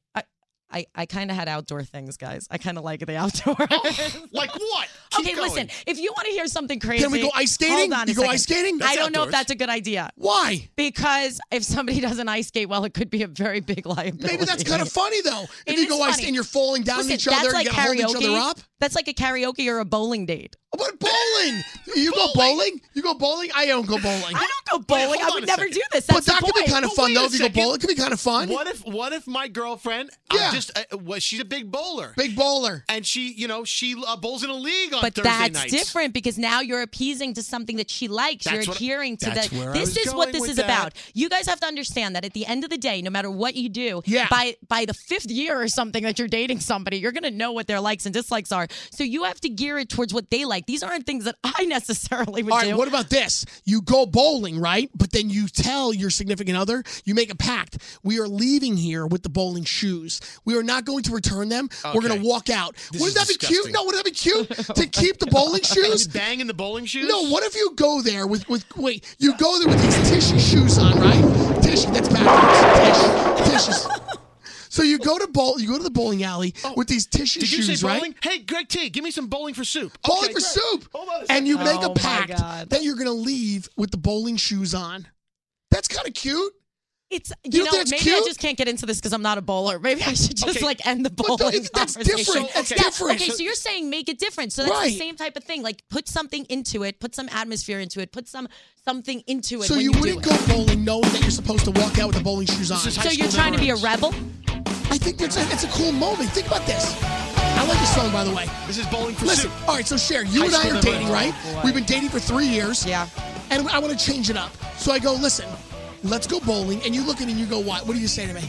Speaker 9: I, I kind of had outdoor things, guys. I kind of like the outdoors.
Speaker 3: Like what? Keep
Speaker 9: okay,
Speaker 3: going.
Speaker 9: listen. If you want to hear something crazy,
Speaker 4: Oh, Can we go ice skating?
Speaker 9: Hold on a
Speaker 4: You go
Speaker 9: second.
Speaker 4: ice skating?
Speaker 9: I
Speaker 3: That's
Speaker 9: don't know if
Speaker 3: outdoors.
Speaker 9: that's a good idea
Speaker 4: Why?
Speaker 9: because if somebody doesn't ice skate well, it could be a very big liability.
Speaker 4: Maybe that's kind of funny though. If
Speaker 9: It
Speaker 4: you
Speaker 9: is
Speaker 4: go ice
Speaker 9: funny.
Speaker 4: and you're falling down
Speaker 9: Listen,
Speaker 4: to each other,
Speaker 9: that's like
Speaker 4: you gotta
Speaker 9: karaoke.
Speaker 4: hold each other up.
Speaker 9: That's like a karaoke or a bowling date.
Speaker 4: What bowling? You go bowling? You go bowling? I don't go bowling.
Speaker 9: I don't go
Speaker 3: hold
Speaker 9: bowling. I
Speaker 3: on
Speaker 9: would
Speaker 3: a
Speaker 9: never
Speaker 3: second.
Speaker 9: do this.
Speaker 4: But
Speaker 9: That's
Speaker 4: that
Speaker 9: the
Speaker 4: could be
Speaker 9: point.
Speaker 4: kind of
Speaker 3: But
Speaker 4: fun
Speaker 3: wait
Speaker 4: though.
Speaker 3: a
Speaker 4: If you go
Speaker 3: second.
Speaker 4: bowling, it could be kind of fun.
Speaker 3: What if what if my girlfriend
Speaker 4: Yeah.
Speaker 3: uh, just uh, was she's a big bowler
Speaker 4: Big bowler.
Speaker 3: and she you know she uh, bowls in a league on
Speaker 9: But
Speaker 3: Thursday
Speaker 9: that's
Speaker 3: nights.
Speaker 9: different because now you're appeasing to something that she likes.
Speaker 3: That's
Speaker 9: you're
Speaker 3: what-
Speaker 9: adhering to
Speaker 3: that's
Speaker 9: the.
Speaker 3: where I
Speaker 9: this
Speaker 3: was
Speaker 9: is what
Speaker 3: going
Speaker 9: this
Speaker 3: with
Speaker 9: is
Speaker 3: that.
Speaker 9: about. You guys have to understand that at the end of the day, no matter what you do,
Speaker 4: Yeah.
Speaker 9: by by the fifth year or something that you're dating somebody, you're gonna know what their likes and dislikes are. So you have to gear it towards what they like. These aren't things that I necessarily would
Speaker 4: All
Speaker 9: do.
Speaker 4: right, what about this? You go bowling, right? But then you tell your significant other, you make a pact. We are leaving here with the bowling shoes. We are not going to return them. We're
Speaker 3: Okay.
Speaker 4: going to walk out.
Speaker 3: This
Speaker 4: wouldn't that
Speaker 3: is
Speaker 4: be cute?
Speaker 3: disgusting.
Speaker 4: No, wouldn't that be cute to keep the bowling shoes?
Speaker 3: Just bang in the bowling shoes.
Speaker 4: No, what if you go there with, with wait, you go there with these tissue shoes on, right? Tissue, that's backwards. Tissue, tissues. So you go to bowl, you go to the bowling alley with these tissue
Speaker 3: Oh, Did you
Speaker 4: shoes,
Speaker 3: say
Speaker 4: right?
Speaker 3: bowling? Hey, Greg T, give me some bowling for soup.
Speaker 4: bowling
Speaker 3: Okay,
Speaker 4: for
Speaker 3: great.
Speaker 4: soup.
Speaker 3: Hold on a
Speaker 4: And you make
Speaker 9: Oh, my
Speaker 4: a pact
Speaker 9: God.
Speaker 4: that you're going to leave with the bowling shoes on. That's kind of cute.
Speaker 9: It's
Speaker 4: You
Speaker 9: you,
Speaker 4: don't
Speaker 9: know
Speaker 4: think it's
Speaker 9: maybe I
Speaker 4: cute?
Speaker 9: just can't get into this because I'm not a bowler. Maybe I should just
Speaker 3: Okay.
Speaker 9: like end the
Speaker 4: But
Speaker 9: bowling
Speaker 4: th- that's
Speaker 9: conversation.
Speaker 4: different. That's
Speaker 3: Okay.
Speaker 4: different.
Speaker 9: Okay, so you're saying make it different. So that's
Speaker 4: Right.
Speaker 9: the same type of thing. Like put something into it, put some atmosphere into it, put some something into it.
Speaker 4: So
Speaker 9: when
Speaker 4: you
Speaker 9: you
Speaker 4: wouldn't
Speaker 9: do it.
Speaker 4: go bowling knowing that you're supposed to walk out with the bowling shoes on.
Speaker 3: is high
Speaker 9: So you're
Speaker 3: school
Speaker 9: trying to be a
Speaker 3: never
Speaker 9: rebel?
Speaker 4: I think that's a, that's a cool moment. Think about this. I like this song, by the way.
Speaker 3: This is bowling for
Speaker 4: Listen,
Speaker 3: soup.
Speaker 4: all right, so Cher, you
Speaker 3: High
Speaker 4: and I
Speaker 3: school
Speaker 4: are
Speaker 3: never
Speaker 4: dating,
Speaker 3: ends.
Speaker 4: right? We've been dating for three years.
Speaker 9: Oh, Yeah.
Speaker 4: And I want to change it up. So I go, listen, let's go bowling. And you look at me and you go, what? What do you say to me?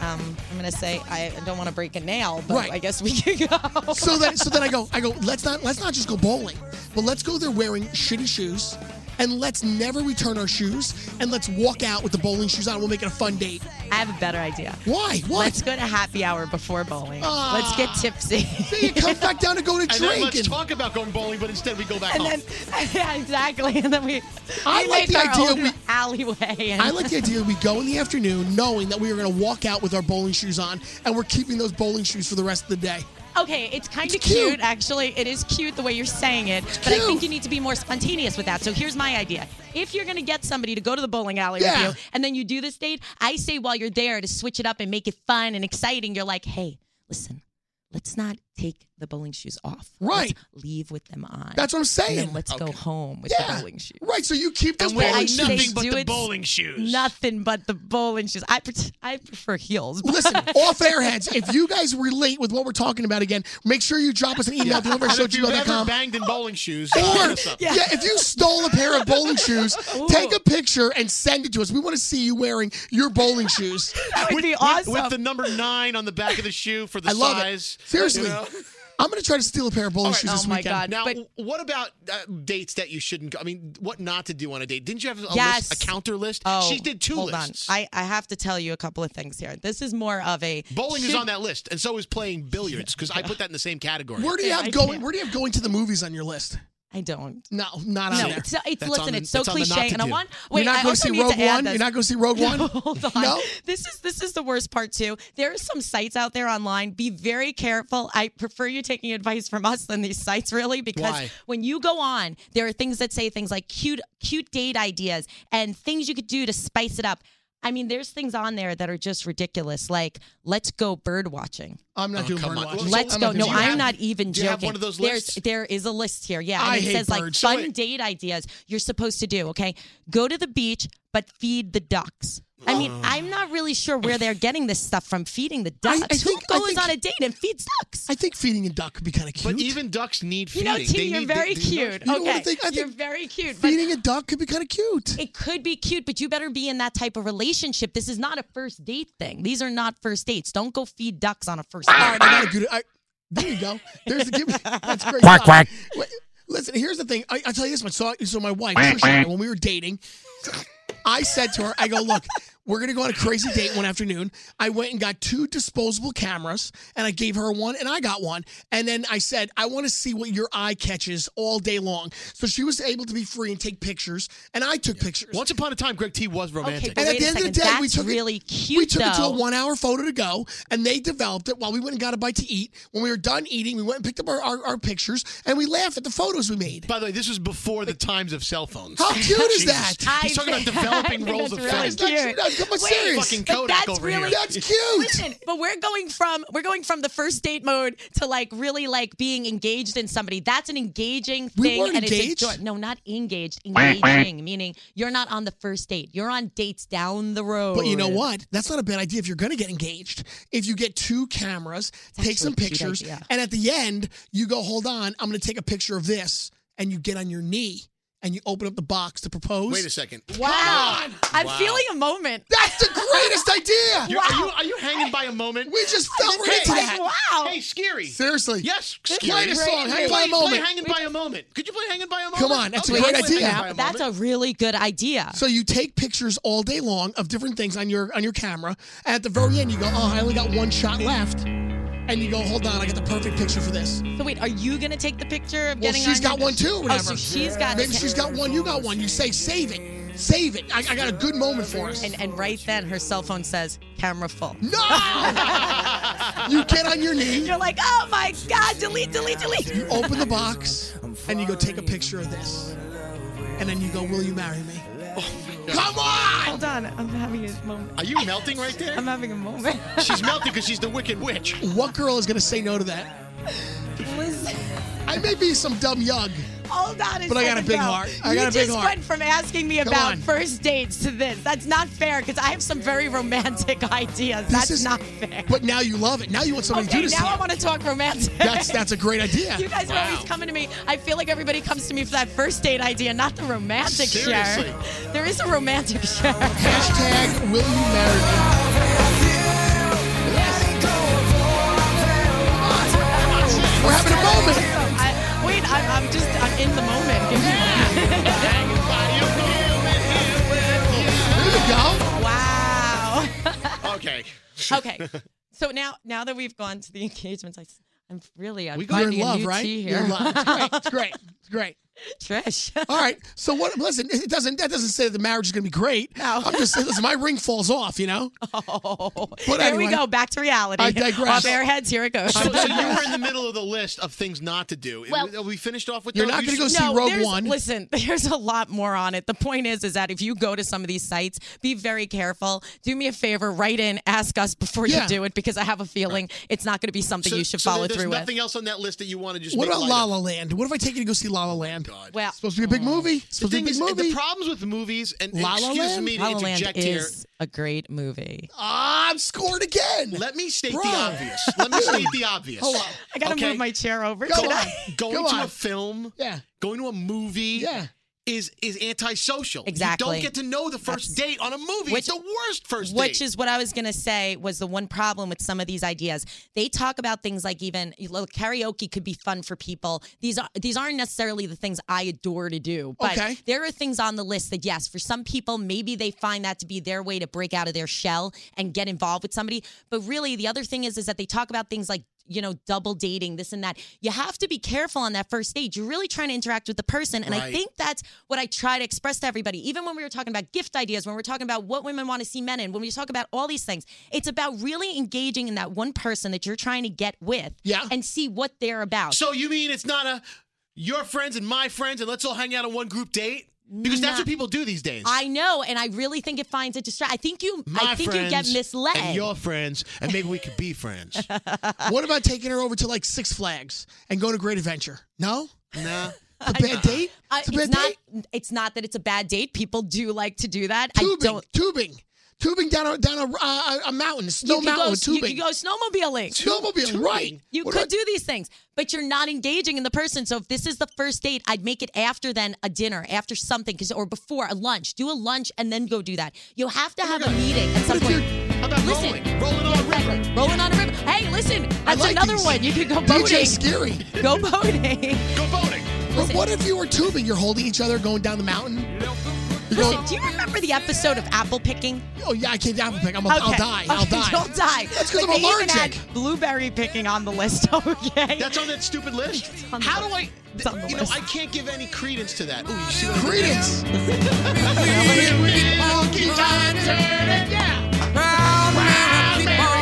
Speaker 9: Um, I'm gonna say I don't want to break a nail, but
Speaker 4: Right.
Speaker 9: I guess we can go.
Speaker 4: So that so then I go I go let's not let's not just go bowling, but let's go there wearing shitty shoes, and let's never return our shoes, and let's walk out with the bowling shoes on. We'll make it a fun date.
Speaker 9: I have a better idea.
Speaker 4: Why? What?
Speaker 9: Let's go to happy hour before bowling.
Speaker 4: Ah.
Speaker 9: Let's get tipsy.
Speaker 4: Then it comes back down to go to
Speaker 3: And then
Speaker 4: drink.
Speaker 3: let's
Speaker 4: And
Speaker 3: talk about going bowling, but instead we go back
Speaker 9: And
Speaker 3: home.
Speaker 9: then, yeah, exactly. And then we,
Speaker 4: I
Speaker 9: we
Speaker 4: like
Speaker 9: make
Speaker 4: the
Speaker 9: our
Speaker 4: idea
Speaker 9: own
Speaker 4: we-
Speaker 9: alleyway. And
Speaker 4: I like the idea that we go in the afternoon knowing that we are going to walk out with our bowling shoes on, and we're keeping those bowling shoes for the rest of the day.
Speaker 9: Okay, it's kind of
Speaker 4: It's
Speaker 9: cute.
Speaker 4: cute.
Speaker 9: actually. It is cute the way you're saying it, but I
Speaker 4: cute.
Speaker 9: think you need to be more spontaneous with that. So here's my idea: if you're going to get somebody to go to the bowling alley
Speaker 4: Yeah.
Speaker 9: with you, and then you do this date, I say while you're there to switch it up and make it fun and exciting. You're like, hey, listen, let's not take the bowling shoes off.
Speaker 4: Right.
Speaker 9: Let's leave with them on.
Speaker 4: That's what I'm
Speaker 9: And
Speaker 4: saying.
Speaker 9: then let's go home with the
Speaker 4: yeah,
Speaker 9: bowling shoes.
Speaker 4: right. So you keep those
Speaker 3: And wear
Speaker 4: bowling
Speaker 9: I-
Speaker 4: shoes.
Speaker 9: they
Speaker 3: nothing but
Speaker 9: do
Speaker 3: the
Speaker 9: it-
Speaker 3: bowling shoes.
Speaker 9: Nothing but the bowling shoes. I pret I prefer heels. but-
Speaker 4: Listen, off airheads, if you guys relate with what we're talking about again, make sure you drop us an email. Yeah.
Speaker 3: And if you've ever banged in bowling shoes, uh,
Speaker 4: Or
Speaker 3: hit us up.
Speaker 4: yeah. if you stole a pair of bowling shoes, take a picture and send it to us. We want to see you wearing your bowling shoes.
Speaker 9: that would
Speaker 3: with,
Speaker 9: be
Speaker 3: with-
Speaker 9: awesome.
Speaker 3: with the number nine on the back of the shoe for the
Speaker 4: I love
Speaker 3: size.
Speaker 4: it. Seriously,
Speaker 3: you know?
Speaker 4: I'm going to try to steal a pair of bowling
Speaker 3: All right.
Speaker 4: shoes this
Speaker 9: Oh my
Speaker 4: weekend.
Speaker 9: God.
Speaker 3: Now,
Speaker 9: But-
Speaker 3: what about uh, dates that you shouldn't go? I mean, what not to do on a date? Didn't you have a,
Speaker 9: Yes.
Speaker 3: list,
Speaker 9: Oh,
Speaker 3: a counter list? she did two
Speaker 9: hold
Speaker 3: lists.
Speaker 9: on. I, I have to tell you a couple of things here. This is more of a
Speaker 3: Bowling is
Speaker 9: should-
Speaker 3: on that list, and so is playing billiards because I put that in the same category.
Speaker 4: Where do you
Speaker 9: Yeah,
Speaker 4: have
Speaker 9: I
Speaker 4: going?
Speaker 9: can't.
Speaker 4: Where do you have going to the movies on your list?
Speaker 9: I don't.
Speaker 4: No, not
Speaker 9: No,
Speaker 4: on there.
Speaker 9: it's, it's
Speaker 3: That's
Speaker 9: listen.
Speaker 3: on the-
Speaker 9: it's so
Speaker 3: that's on the not
Speaker 9: cliche,
Speaker 3: to
Speaker 9: and I
Speaker 3: do.
Speaker 9: want. Wait,
Speaker 4: You're not
Speaker 9: I
Speaker 4: going to
Speaker 9: also
Speaker 4: see
Speaker 9: need
Speaker 4: Rogue
Speaker 9: to add
Speaker 4: One.
Speaker 9: this.
Speaker 4: You're not going to see Rogue One.
Speaker 9: Hold on.
Speaker 4: No?
Speaker 9: This is this is the worst part too. There are some sites out there online. Be very careful. I prefer you taking advice from us than these sites really because
Speaker 3: Why?
Speaker 9: when you go on, there are things that say things like cute cute date ideas and things you could do to spice it up. I mean, there's things on there that are just ridiculous, like let's go bird watching.
Speaker 4: I'm not
Speaker 3: Oh,
Speaker 4: doing
Speaker 3: come
Speaker 4: bird
Speaker 3: on.
Speaker 4: watching.
Speaker 3: So-
Speaker 9: Let's
Speaker 4: I'm
Speaker 9: go.
Speaker 4: not
Speaker 9: No,
Speaker 4: doing-
Speaker 9: I'm
Speaker 4: Do you have-
Speaker 9: not even
Speaker 3: do you
Speaker 9: joking.
Speaker 3: have one of those lists?
Speaker 9: There's, there is a list here. Yeah, and
Speaker 4: I
Speaker 9: it
Speaker 4: hate
Speaker 9: says like
Speaker 4: birds.
Speaker 3: So
Speaker 9: fun
Speaker 3: wait.
Speaker 9: date ideas you're supposed to do. Okay, go to the beach, but feed the ducks. I mean, I'm not really sure where they're getting this stuff from. Feeding the
Speaker 4: I
Speaker 9: ducks.
Speaker 4: think- I
Speaker 9: Who goes
Speaker 4: think-
Speaker 9: on a date and feeds ducks?
Speaker 4: I think feeding a duck could be kind of cute.
Speaker 3: But even ducks need
Speaker 9: you
Speaker 3: feeding.
Speaker 9: know,
Speaker 3: They
Speaker 9: T, you're
Speaker 3: need- they-
Speaker 9: very
Speaker 3: they-
Speaker 9: cute.
Speaker 4: know what I
Speaker 9: okay,
Speaker 4: think? I
Speaker 9: you're
Speaker 4: think
Speaker 9: very cute. But
Speaker 4: feeding a duck could be kind of cute.
Speaker 9: it could be cute, but you better be in that type of relationship. This is not a first date thing. These are not first dates. Don't go feed ducks on a first
Speaker 4: All
Speaker 9: date.
Speaker 4: right, I got a Oh, good. I, there you go. There's the give. That's great. Quack quack. listen, here's the thing. I, I'll tell you this much. So, so my wife, Shoshana, when we were dating, I said to her, I go, look, we're gonna go on a crazy date one afternoon. I went and got two disposable cameras, and I gave her one, and I got one, and then I said, I want to see what your eye catches all day long. So she was able to be free and take pictures, and I took pictures.
Speaker 3: Once upon a time, Greg T was romantic.
Speaker 9: Okay, but
Speaker 4: And at
Speaker 9: wait
Speaker 4: the
Speaker 9: a
Speaker 4: end of
Speaker 9: second.
Speaker 4: the day,
Speaker 9: That's
Speaker 4: we took it-
Speaker 9: really cute.
Speaker 4: We took it to a
Speaker 9: though.
Speaker 4: one-hour photo to go, and they developed it while we went and got a bite to eat. When we were done eating, we went and picked up our, our, our pictures, and we laughed at the photos we made.
Speaker 3: By the way, this was before the times of cell phones.
Speaker 4: How cute is
Speaker 3: Jesus.
Speaker 4: that?
Speaker 9: I
Speaker 3: He's talking about
Speaker 9: think-
Speaker 3: developing
Speaker 9: I think
Speaker 3: roles
Speaker 9: that's
Speaker 3: of
Speaker 9: really
Speaker 3: film.
Speaker 4: That's not
Speaker 9: cute.
Speaker 4: true. No, come on,
Speaker 9: Wait,
Speaker 4: serious.
Speaker 3: Fucking
Speaker 9: But
Speaker 3: Kodak
Speaker 9: that's
Speaker 3: over here.
Speaker 9: really-
Speaker 4: That's cute.
Speaker 9: Listen, but we're going from we're going from the first date mode to like really like being engaged in somebody. That's an engaging
Speaker 4: We
Speaker 9: thing.
Speaker 4: weren't
Speaker 9: and
Speaker 4: engaged.
Speaker 9: It's enjoy- no, not engaged. Engaging, meaning you're not on the first date. You're on dates down the road.
Speaker 4: But you know what? That's not a bad idea if you're going to get engaged. If you get two cameras, take
Speaker 9: actually
Speaker 4: some
Speaker 9: a cute
Speaker 4: pictures,
Speaker 9: idea.
Speaker 4: and at the end, you go, hold on, I'm going to take a picture of this, and you get on your knee and you open up the box to propose.
Speaker 3: Wait a second.
Speaker 9: Wow. I'm
Speaker 3: Wow.
Speaker 9: feeling a moment.
Speaker 4: That's the greatest idea.
Speaker 3: You're- Are, you, are you hanging by a moment?
Speaker 4: We just fell right into
Speaker 9: like,
Speaker 4: that.
Speaker 9: wow.
Speaker 3: Hey, Scary.
Speaker 4: Seriously.
Speaker 3: Yes,
Speaker 4: Play
Speaker 3: Scary.
Speaker 4: the song. Hang
Speaker 3: Play,
Speaker 4: by a
Speaker 3: play
Speaker 4: moment.
Speaker 3: Hanging by a Moment. Could you play Hanging by a Moment?
Speaker 4: Come on, that's a
Speaker 3: Okay,
Speaker 4: great
Speaker 3: play
Speaker 4: idea.
Speaker 3: Hanging by a
Speaker 9: That's a
Speaker 3: Moment.
Speaker 9: really good idea.
Speaker 4: So you take pictures all day long of different things on your on your camera. And at the very end, you go, "Oh, I only got one shot left," and you go, "Hold on, I got the perfect picture for this."
Speaker 9: So wait, are you gonna take the picture of
Speaker 4: Well,
Speaker 9: getting?
Speaker 4: she's
Speaker 9: on
Speaker 4: got
Speaker 9: your-
Speaker 4: one too. or
Speaker 9: Oh,
Speaker 4: Whatever.
Speaker 9: so she's got.
Speaker 4: Maybe she's got one. You got one. You say, "Save it, save it." I, I got a good moment for us.
Speaker 9: And, e- and right then, her cell phone says camera full.
Speaker 4: Mm. no, you get on your knee,
Speaker 9: You're like, oh my god, delete, delete, delete.
Speaker 4: you open the box, and you go take a picture of this, and then you go, "Will you marry me?" Come on.
Speaker 9: Hold on, I'm having a moment.
Speaker 3: Are you melting right there?
Speaker 9: I'm having a moment.
Speaker 3: She's melting because she's the Wicked Witch.
Speaker 4: What girl is gonna say no to that?
Speaker 9: Listen,
Speaker 4: I may be some dumb yug.
Speaker 9: hold on.
Speaker 4: But I got a
Speaker 9: second,
Speaker 4: big
Speaker 9: though.
Speaker 4: heart. I
Speaker 9: you
Speaker 4: got a big
Speaker 9: just
Speaker 4: heart.
Speaker 9: went from asking me
Speaker 4: Come
Speaker 9: about
Speaker 4: on.
Speaker 9: first dates to this. That's not fair because I have some very romantic ideas. That's
Speaker 4: is-
Speaker 9: not fair.
Speaker 4: But now you love it. Now you want somebody to
Speaker 9: okay,
Speaker 4: do this. to
Speaker 9: now I
Speaker 4: you.
Speaker 9: want to talk romantic.
Speaker 4: That's that's a great idea.
Speaker 9: You guys are always coming to me. I feel like everybody comes to me for that first date idea, not the romantic
Speaker 3: Seriously.
Speaker 9: share. There is a romantic share.
Speaker 4: Hashtag will you marry me? We're having a moment.
Speaker 9: I, wait, I'm, I'm just, I'm in the moment. Give me-
Speaker 4: There you go.
Speaker 9: Wow.
Speaker 3: Okay.
Speaker 9: Okay. So now, now that we've gone to the engagements, I, am really, I'm
Speaker 4: You're
Speaker 9: finding
Speaker 4: in love,
Speaker 9: a new
Speaker 4: right?
Speaker 9: tea
Speaker 4: You're
Speaker 9: here.
Speaker 4: in love. It's great. It's great. It's great.
Speaker 9: Trish.
Speaker 4: All right. So what? Listen, it doesn't. That doesn't say that the marriage is going to be great. I'm just listen. My ring falls off. You know.
Speaker 9: Oh,
Speaker 4: But
Speaker 9: here
Speaker 4: anyway.
Speaker 9: we go. Back to reality.
Speaker 4: I digress.
Speaker 9: Off our heads, here it goes.
Speaker 3: So, so you were in the middle of the list of things not to do.
Speaker 7: Well-
Speaker 3: Are we finished off with
Speaker 4: You're
Speaker 3: those?
Speaker 4: not
Speaker 3: You
Speaker 4: gonna go
Speaker 3: s-
Speaker 4: see Rogue
Speaker 9: there's-
Speaker 4: One.
Speaker 9: Listen, there's a lot more on it. The point is, is that if you go to some of these sites, be very careful. Do me a favor, write in, ask us before
Speaker 4: Yeah.
Speaker 9: you do it, because I have a feeling it's not going to be something you should
Speaker 3: so
Speaker 9: follow
Speaker 3: there-
Speaker 9: through
Speaker 3: There's
Speaker 9: with.
Speaker 3: nothing else on that list that you want to just.
Speaker 4: What
Speaker 3: make
Speaker 4: about
Speaker 3: light
Speaker 4: La
Speaker 3: of?
Speaker 4: La Land? What if I take you to go see La La Land?
Speaker 9: Well,
Speaker 4: Supposed to be a big movie.
Speaker 3: The
Speaker 4: supposed to be a
Speaker 3: thing
Speaker 4: big
Speaker 3: is,
Speaker 4: movie.
Speaker 3: the problems with movies, and
Speaker 4: La La
Speaker 3: excuse
Speaker 4: Land?
Speaker 3: me to
Speaker 9: La La Land
Speaker 3: interject here.
Speaker 9: is a great movie.
Speaker 4: Ah, I'm scored again.
Speaker 3: Let me state
Speaker 4: Bro.
Speaker 3: the obvious. Let me state the obvious.
Speaker 4: Hold on.
Speaker 9: I gotta
Speaker 3: Okay.
Speaker 9: move my chair over.
Speaker 4: Go
Speaker 9: Did I-
Speaker 4: on.
Speaker 3: Going
Speaker 4: Go
Speaker 3: to
Speaker 4: on.
Speaker 3: a film,
Speaker 4: Yeah.
Speaker 3: going to a movie,
Speaker 4: Yeah.
Speaker 3: is is antisocial. You
Speaker 9: Exactly.
Speaker 3: don't get to know the first date on a movie. it's
Speaker 9: Which-
Speaker 3: the worst first date.
Speaker 9: Which is what I was gonna say was the one problem with some of these ideas. They talk about things like even look, karaoke could be fun for people. These are these aren't necessarily the things I adore to do, but
Speaker 4: Okay.
Speaker 9: there are things on the list that yes, for some people maybe they find that to be their way to break out of their shell and get involved with somebody. But really, the other thing is is that they talk about things like you know double dating this and that you have to be careful on that first date you're really trying to interact with the person and i
Speaker 3: Right.
Speaker 9: think think that's what I try to express to everybody. Even when we were talking about gift ideas, when we we're talking about what women want to see men in, when we talk about all these things, it's about really engaging in that one person that you're trying to get with
Speaker 4: Yeah.
Speaker 9: and see what they're about.
Speaker 3: So you mean it's not a your friends and my friends and let's all hang out on one group date? Because that's what people do these days.
Speaker 9: I know, and I really think it finds it distracting. I think you,
Speaker 3: My
Speaker 9: I think
Speaker 3: friends
Speaker 9: you get misled.
Speaker 3: And your friends, and maybe we could be friends.
Speaker 4: What about taking her over to like Six Flags and going to Great Adventure? No?
Speaker 3: no.
Speaker 4: A bad date?
Speaker 9: I-
Speaker 4: It's a
Speaker 9: Uh, it's
Speaker 4: bad
Speaker 9: not.
Speaker 4: date?
Speaker 9: It's not that it's a bad date. People do like to do that. I
Speaker 4: Tubing.
Speaker 9: don't.
Speaker 4: Tubing. Tubing down a down a uh, a mountain, a snow
Speaker 9: you could
Speaker 4: mountain
Speaker 9: go.
Speaker 4: with
Speaker 9: You
Speaker 4: tubing.
Speaker 9: could go snowmobiling.
Speaker 4: Snowmobile, right.
Speaker 9: You
Speaker 4: What
Speaker 9: could
Speaker 4: about-
Speaker 9: do these things, but you're not engaging in the person. So if this is the first date, I'd make it after then a dinner, after something, 'cause- or before a lunch. Do a lunch and then go do that. You have to have a meeting at some
Speaker 4: if
Speaker 9: point.
Speaker 3: How about
Speaker 9: Listen.
Speaker 3: rolling? Rolling on a river.
Speaker 9: Exactly. Rolling on a river. Hey, listen,
Speaker 4: I
Speaker 9: that's
Speaker 4: like
Speaker 9: another
Speaker 4: these.
Speaker 9: one. You could go boating.
Speaker 4: DJ Scary.
Speaker 9: Go boating.
Speaker 3: Go boating.
Speaker 4: But what if you were tubing? You're holding each other going down the mountain? You're
Speaker 9: Listen,
Speaker 4: going,
Speaker 9: do you remember the episode of apple picking?
Speaker 4: oh, yeah, I can't apple pick. I'm a, I'll
Speaker 9: Okay.
Speaker 4: die. I'll
Speaker 9: Okay,
Speaker 4: die.
Speaker 9: You'll die.
Speaker 4: That's 'cause
Speaker 9: Like,
Speaker 4: I'm
Speaker 9: they even
Speaker 4: allergic.
Speaker 9: had blueberry picking on the list. Okay.
Speaker 3: That's on that stupid list.
Speaker 9: on the
Speaker 3: How do I?
Speaker 9: list. It's on the
Speaker 3: you
Speaker 9: list.
Speaker 3: know, I can't give any credence to that. Ooh, you see what I did
Speaker 4: Credence.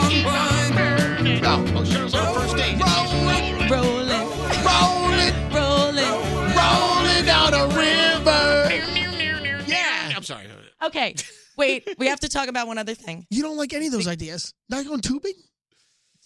Speaker 3: there? Oh, oh, sure, it was on a first date.
Speaker 9: rolling, rolling, rolling.
Speaker 3: I'm sorry.
Speaker 9: Okay. Wait, we have to talk about one other thing.
Speaker 4: You don't like any of those ideas? Not going tubing?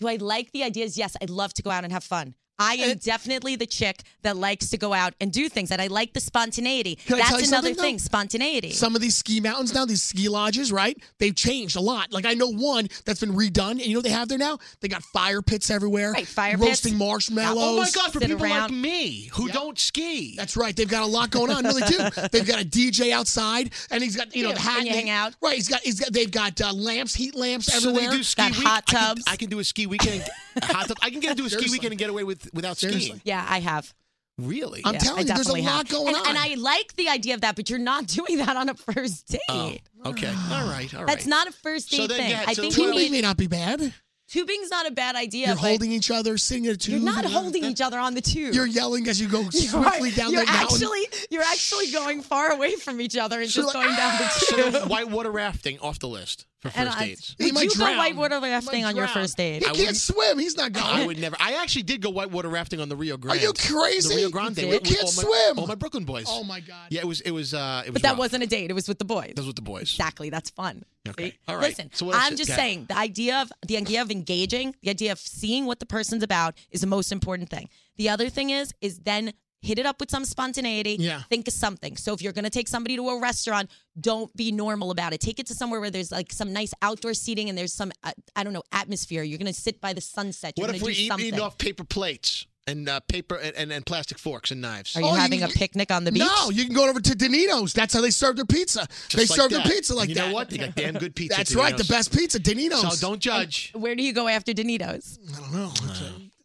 Speaker 9: Do I like the ideas? Yes, I'd love to go out and have fun. I am definitely the chick that likes to go out and do things, and I like the spontaneity.
Speaker 4: Can I
Speaker 9: That's
Speaker 4: tell you
Speaker 9: another
Speaker 4: something, though?
Speaker 9: thing, spontaneity.
Speaker 4: Some of these ski mountains now, these ski lodges, right? They've changed a lot. Like I know one that's been redone, and you know what they have there now? They got fire pits everywhere.
Speaker 9: Right, fire pits.
Speaker 4: roasting marshmallows.
Speaker 3: Oh my God! For
Speaker 9: sit
Speaker 3: people like
Speaker 9: around.
Speaker 3: me who don't ski,
Speaker 4: That's right. They've got a lot going on. Really do. They've got a DJ outside, and he's got you know
Speaker 9: Yeah,
Speaker 4: the hat.
Speaker 9: and you
Speaker 4: they-
Speaker 9: hang out.
Speaker 4: Right. He's got. He's got. They've got uh, lamps, heat lamps
Speaker 3: so
Speaker 4: everywhere.
Speaker 3: they do ski
Speaker 9: Got
Speaker 3: week-
Speaker 9: hot
Speaker 3: I can-
Speaker 9: tubs.
Speaker 3: I can, do a ski weekend. hot tub. I can get do a ski
Speaker 4: Seriously.
Speaker 3: weekend and get away with without skiing.
Speaker 4: Seriously.
Speaker 9: yeah, I have.
Speaker 3: Really?
Speaker 4: I'm
Speaker 9: Yeah, I
Speaker 4: telling you, there's a
Speaker 9: definitely
Speaker 4: lot
Speaker 9: have.
Speaker 4: going
Speaker 9: and,
Speaker 4: on.
Speaker 9: And I like the idea of that, but you're not doing that on a first date.
Speaker 3: Oh, okay. All right. All right.
Speaker 9: That's not a first date
Speaker 3: So then,
Speaker 9: thing.
Speaker 3: yeah,
Speaker 9: I
Speaker 3: so
Speaker 9: think
Speaker 3: what
Speaker 9: you
Speaker 3: do
Speaker 4: Tubing
Speaker 9: need
Speaker 4: may not be bad.
Speaker 9: tubing's not a bad idea.
Speaker 4: You're
Speaker 9: but
Speaker 4: holding each other, sitting at a tube.
Speaker 9: You're not
Speaker 4: and-
Speaker 9: holding each other on the tube.
Speaker 4: You're yelling as you go
Speaker 9: You are-
Speaker 4: swiftly down
Speaker 9: you're
Speaker 4: that mountain.
Speaker 9: actually you're actually going far away from each other and
Speaker 4: She's
Speaker 9: just
Speaker 4: like, "Ah!"
Speaker 9: going
Speaker 3: So
Speaker 9: down the
Speaker 3: then
Speaker 9: tube.
Speaker 3: why water rafting off the list for
Speaker 9: And
Speaker 3: first
Speaker 9: I-
Speaker 3: dates?
Speaker 4: He might
Speaker 9: Would you
Speaker 4: drown.
Speaker 9: go white water
Speaker 4: He
Speaker 9: rafting
Speaker 4: might
Speaker 9: on your
Speaker 4: drown.
Speaker 9: first
Speaker 4: He
Speaker 9: date?
Speaker 3: I
Speaker 4: can't
Speaker 3: wouldn't-
Speaker 4: swim. He's not
Speaker 3: I
Speaker 4: going.
Speaker 3: would never. I actually did go whitewater rafting on the Rio Grande.
Speaker 4: you
Speaker 3: The
Speaker 4: crazy?
Speaker 3: Rio Grande.
Speaker 9: You
Speaker 3: with-
Speaker 4: did?
Speaker 3: with all my-
Speaker 4: Can't swim.
Speaker 3: All my Brooklyn boys.
Speaker 4: oh my god.
Speaker 3: Yeah, it was. It was. Uh, it was
Speaker 9: But that
Speaker 3: rough.
Speaker 9: wasn't a date. It was with the boys.
Speaker 3: That was with the boys.
Speaker 9: Exactly. That's fun.
Speaker 3: Okay.
Speaker 9: See?
Speaker 3: All right.
Speaker 9: Listen,
Speaker 3: So what else
Speaker 9: I'm
Speaker 3: is-
Speaker 9: just
Speaker 3: okay.
Speaker 9: saying the idea of the idea of engaging, the idea of seeing what the person's about is the most important thing. The other thing is is then hit it up with some spontaneity.
Speaker 4: Yeah.
Speaker 9: Think of something. So if you're gonna take somebody to a restaurant, don't be normal about it. Take it to somewhere where there's like some nice outdoor seating and there's some uh, I don't know atmosphere. You're gonna sit by the sunset. You're
Speaker 3: What
Speaker 9: gonna
Speaker 3: if we
Speaker 9: do
Speaker 3: eat,
Speaker 9: something.
Speaker 3: eating off paper plates and uh, paper and, and, and plastic forks and knives?
Speaker 9: Are you
Speaker 4: Oh, you-
Speaker 9: having a picnic on the beach?
Speaker 4: No, you can go over to Danino's. That's how they serve their pizza. they
Speaker 3: Just like
Speaker 4: serve
Speaker 3: that.
Speaker 4: their pizza like
Speaker 3: you
Speaker 4: that.
Speaker 3: know what? They got damn good pizza.
Speaker 4: That's
Speaker 3: at
Speaker 4: right. The
Speaker 3: Dino's.
Speaker 4: best pizza, Danino's.
Speaker 3: So don't judge.
Speaker 9: Where do you go after Danitos?
Speaker 4: I don't know.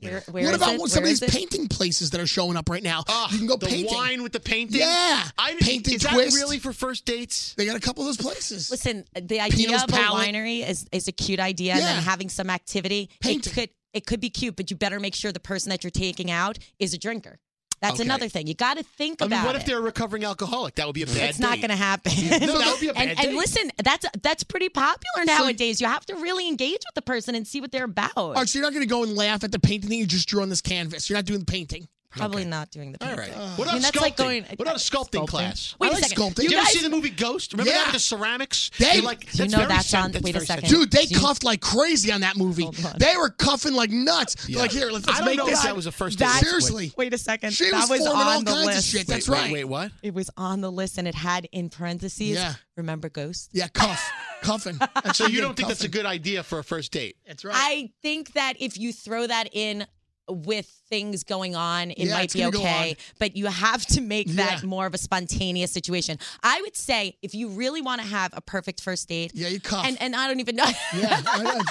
Speaker 9: Where, where
Speaker 4: what
Speaker 9: is
Speaker 4: about
Speaker 9: it?
Speaker 4: some
Speaker 9: Where
Speaker 4: of
Speaker 9: is
Speaker 4: these
Speaker 9: it?
Speaker 4: painting places that are showing up right now?
Speaker 3: Ah,
Speaker 4: you can go
Speaker 3: the
Speaker 4: painting.
Speaker 3: wine with the painting.
Speaker 4: Yeah.
Speaker 3: I didn't-
Speaker 4: Painting
Speaker 3: is
Speaker 4: twist.
Speaker 3: that really for first dates?
Speaker 4: They got a couple of those places.
Speaker 9: Listen, the idea
Speaker 4: Pino's
Speaker 9: of
Speaker 4: Palette.
Speaker 9: a winery is, is a cute idea, and
Speaker 4: Yeah.
Speaker 9: then having some activity.
Speaker 4: Painting.
Speaker 9: It could it could be cute, but you better make sure the person that you're taking out is a drinker. That's
Speaker 3: Okay.
Speaker 9: another thing. You got to think
Speaker 3: I mean,
Speaker 9: about
Speaker 3: what if
Speaker 9: it.
Speaker 3: they're a recovering alcoholic? That would be a bad.
Speaker 9: It's not
Speaker 3: date.
Speaker 9: going to happen.
Speaker 3: No, that would be a bad
Speaker 9: and, and
Speaker 3: date.
Speaker 9: listen, that's that's pretty popular nowadays. you have to really engage with the person and see what they're about.
Speaker 4: All right, so you're not going to go and laugh at the painting that you just drew on this canvas. You're not doing the painting.
Speaker 9: Probably not doing the.
Speaker 3: All
Speaker 9: painting.
Speaker 3: right. What about
Speaker 9: I
Speaker 3: sculpting?
Speaker 9: mean, that's like going.
Speaker 3: what about a uh, sculpting, class?
Speaker 9: Wait
Speaker 4: I
Speaker 9: a
Speaker 4: like
Speaker 9: second.
Speaker 4: sculpting.
Speaker 9: You
Speaker 3: Did you ever
Speaker 9: guys
Speaker 3: see the movie Ghost? Remember
Speaker 4: Yeah.
Speaker 3: that with the ceramics?
Speaker 4: They-
Speaker 3: You're like,
Speaker 9: You
Speaker 3: that's
Speaker 9: know
Speaker 3: very
Speaker 9: that's
Speaker 3: sen-
Speaker 9: on-
Speaker 3: that's
Speaker 9: wait a
Speaker 3: very
Speaker 9: second.
Speaker 4: Dude,
Speaker 3: sensitive.
Speaker 4: they
Speaker 9: Do you-
Speaker 4: cuffed like crazy on that movie.
Speaker 9: Hold on.
Speaker 4: They were cuffing like nuts. They're
Speaker 3: Yeah.
Speaker 4: Like, here, let's,
Speaker 3: I
Speaker 4: let's
Speaker 3: don't
Speaker 4: make
Speaker 3: know
Speaker 4: this.
Speaker 3: if that was a first date.
Speaker 4: Seriously.
Speaker 9: Wait a second.
Speaker 4: She
Speaker 9: that
Speaker 4: was,
Speaker 9: was
Speaker 4: forming
Speaker 9: on
Speaker 4: all
Speaker 9: the
Speaker 4: kinds
Speaker 9: list.
Speaker 4: of shit. That's
Speaker 3: wait,
Speaker 4: right.
Speaker 3: Wait, what?
Speaker 9: It was on the list, and it had in parentheses.
Speaker 4: Yeah.
Speaker 9: Remember ghost?
Speaker 4: Yeah, cuff. Cuffing. That's
Speaker 3: So
Speaker 4: what
Speaker 3: you
Speaker 4: did,
Speaker 3: don't think that's a
Speaker 4: cuffing.
Speaker 3: good idea for a first date?
Speaker 4: That's right.
Speaker 9: I think that if you throw that in with things going on, it
Speaker 4: Yeah, it's
Speaker 9: might be
Speaker 4: gonna go
Speaker 9: okay. But you have to make that
Speaker 4: Yeah.
Speaker 9: more of a spontaneous situation. I would say if you really want to have a perfect first date,
Speaker 4: yeah, you cuff.
Speaker 9: and and I don't even know.
Speaker 4: Yeah,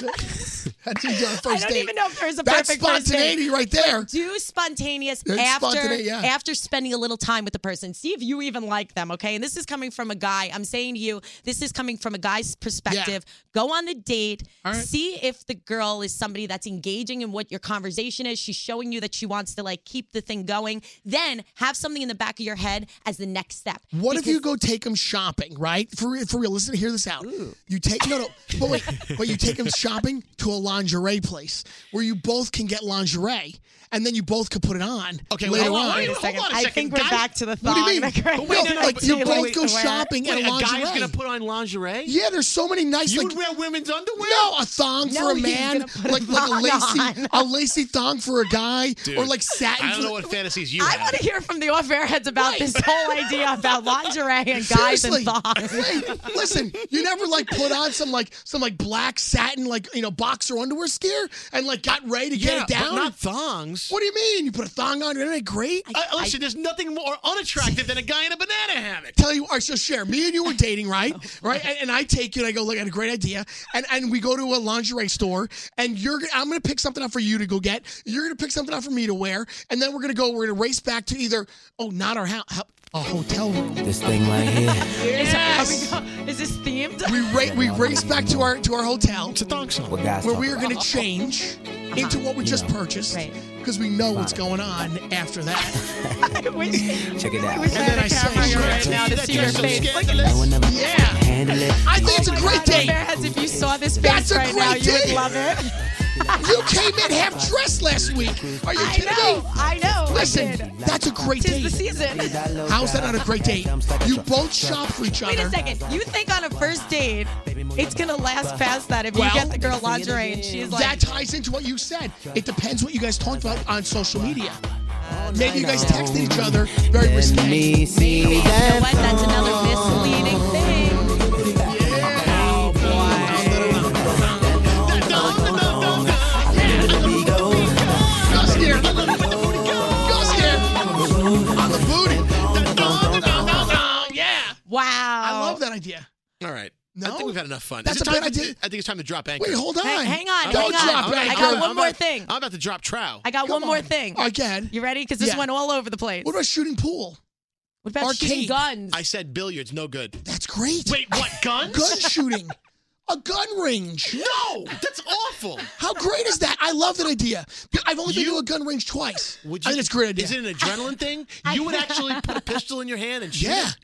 Speaker 4: that's it. That's what you do on a
Speaker 9: I
Speaker 4: first
Speaker 9: don't
Speaker 4: date.
Speaker 9: even know if there's a
Speaker 4: That's
Speaker 9: perfect first date.
Speaker 4: spontaneity right there.
Speaker 9: do spontaneous
Speaker 4: It's
Speaker 9: after
Speaker 4: spontaneous, yeah.
Speaker 9: after spending a little time with the person. See if you even like them, okay? And this is coming from a guy. I'm saying to you, this is coming from a guy's perspective. Go on the date, see if the girl is somebody that's engaging in what your conversation is. She's showing you that she wants to like keep the thing going. Then have something in the back of your head as the next step.
Speaker 4: What if
Speaker 9: Because-
Speaker 4: you go take them shopping, right? For real, for real. Listen, hear this out. You take no, no, but wait, but you take them shopping to a lingerie place where you both can get lingerie and then you both could put it on.
Speaker 3: Okay,
Speaker 4: later
Speaker 3: hold on,
Speaker 4: on.
Speaker 3: wait a second.
Speaker 4: Hold on
Speaker 3: I
Speaker 4: second.
Speaker 3: think we're
Speaker 4: Guys-
Speaker 10: back to the
Speaker 4: What do
Speaker 10: thong
Speaker 4: you mean?
Speaker 10: that Greg
Speaker 4: But wait,
Speaker 10: was,
Speaker 4: no,
Speaker 10: like,
Speaker 4: like you
Speaker 10: too
Speaker 4: both
Speaker 10: late
Speaker 4: go
Speaker 10: to wear.
Speaker 4: shopping
Speaker 3: Wait,
Speaker 4: at
Speaker 3: a guy's
Speaker 4: lingerie.
Speaker 3: gonna put on lingerie?
Speaker 4: yeah, there's so many nice.
Speaker 3: You'd
Speaker 4: like,
Speaker 3: wear women's underwear?
Speaker 4: no, a thong
Speaker 10: No,
Speaker 4: for a
Speaker 10: he's
Speaker 4: man,
Speaker 10: gonna put a
Speaker 4: like like a
Speaker 10: thong
Speaker 4: lacy,
Speaker 10: on.
Speaker 4: a lacy thong for a guy, or like satin.
Speaker 3: I don't
Speaker 4: for
Speaker 3: know
Speaker 4: the-
Speaker 3: what fantasies you
Speaker 9: I
Speaker 3: have.
Speaker 9: want to hear from the off air heads about
Speaker 4: Right.
Speaker 9: this whole idea about lingerie and guys
Speaker 4: Seriously.
Speaker 9: and thongs.
Speaker 4: Hey, listen, you never like put on some like some like black satin like you know boxer underwear scare and like got ready to
Speaker 3: yeah,
Speaker 4: get it down.
Speaker 3: but not thongs.
Speaker 4: what do you mean? You put a thong on? Isn't it great? I
Speaker 3: Uh, listen, there's nothing more unattractive than a guy in a banana hammock.
Speaker 4: tell you. All right, so share. Me and you were dating, right?
Speaker 10: Oh.
Speaker 4: Right, and, and I take you and I go, look, I had a great idea, and and we go to a lingerie store, and you're gonna, I'm gonna pick something out for you to go get. You're gonna pick something out for me to wear, and then we're gonna go. We're gonna race back to either oh, not our house, a hotel room.
Speaker 2: This thing right here.
Speaker 9: Is, are we go- oh, is this themed?
Speaker 4: We ra- we race back to our to our hotel.
Speaker 3: It's a thong song.
Speaker 2: guys
Speaker 4: where we are going to change
Speaker 10: Uh-huh.
Speaker 4: into what we just purchased
Speaker 9: Right.
Speaker 4: because we know what's going on after that.
Speaker 10: I wish,
Speaker 2: Check it
Speaker 10: I
Speaker 2: out.
Speaker 10: wish I
Speaker 4: And then
Speaker 10: had
Speaker 4: I
Speaker 10: a
Speaker 4: say,
Speaker 10: camera here
Speaker 4: "Sure,
Speaker 10: right
Speaker 4: that's-
Speaker 10: now to
Speaker 3: that's
Speaker 10: see your
Speaker 3: so
Speaker 10: face. Look
Speaker 9: oh
Speaker 10: at Oh
Speaker 3: scandalous.
Speaker 10: this.
Speaker 4: Yeah.
Speaker 2: Handle it.
Speaker 4: I think it's a great date.
Speaker 10: Fairheads, if you saw this face
Speaker 4: That's a
Speaker 10: right now,
Speaker 4: great
Speaker 10: you
Speaker 4: day.
Speaker 10: would love it.
Speaker 4: You came in half dressed last week. Are you
Speaker 10: I
Speaker 4: kidding
Speaker 10: know.
Speaker 4: me?
Speaker 10: I know. I
Speaker 4: Listen,
Speaker 10: did.
Speaker 4: that's a great
Speaker 10: Tis the
Speaker 4: date.
Speaker 10: season.
Speaker 4: How's that not a great date? You both shop for each
Speaker 9: Wait a
Speaker 4: other.
Speaker 9: second. You think on a first date, it's going to last past that if
Speaker 4: Well-
Speaker 9: you get the girl lingerie and she's like,
Speaker 4: That ties into what you said. It depends what you guys talked about on social media. Maybe you guys texted each other very risque.
Speaker 2: see
Speaker 9: you know "Oh, what? That's another misleading thing.
Speaker 4: Go scare. Go scare. On the booty. Yeah.
Speaker 9: Wow.
Speaker 4: I love that idea.
Speaker 3: All right.
Speaker 4: No?
Speaker 3: I think we've had enough fun. Is
Speaker 4: That's
Speaker 3: it
Speaker 4: a
Speaker 3: time
Speaker 4: bad
Speaker 3: to-
Speaker 4: idea.
Speaker 3: I think it's time to drop anchor.
Speaker 4: Wait, hold on.
Speaker 9: Hey, hang on,
Speaker 4: Don't
Speaker 9: hang
Speaker 4: drop
Speaker 9: on.
Speaker 4: back.
Speaker 9: I got
Speaker 4: Come
Speaker 9: one
Speaker 3: I'm
Speaker 9: more
Speaker 3: about-
Speaker 9: thing.
Speaker 3: I'm about to drop trow.
Speaker 9: I got
Speaker 4: Come
Speaker 9: one more
Speaker 4: on.
Speaker 9: thing.
Speaker 4: Again.
Speaker 9: You ready? Because this
Speaker 4: Yeah.
Speaker 9: went all over the place.
Speaker 4: What about shooting pool?
Speaker 9: What about shooting
Speaker 4: arcade?
Speaker 9: guns?
Speaker 3: I said billiards, no good.
Speaker 4: That's great.
Speaker 3: Wait, what guns?
Speaker 4: Gun shooting. A gun range.
Speaker 3: No, that's awful.
Speaker 4: How great is that? I love that idea. I've only been
Speaker 3: You-
Speaker 4: to a gun range twice.
Speaker 3: Would
Speaker 4: I
Speaker 3: you,
Speaker 4: think it's a great idea.
Speaker 3: Is it an adrenaline thing? You would actually put a pistol in your hand and shoot.
Speaker 4: yeah.
Speaker 3: it?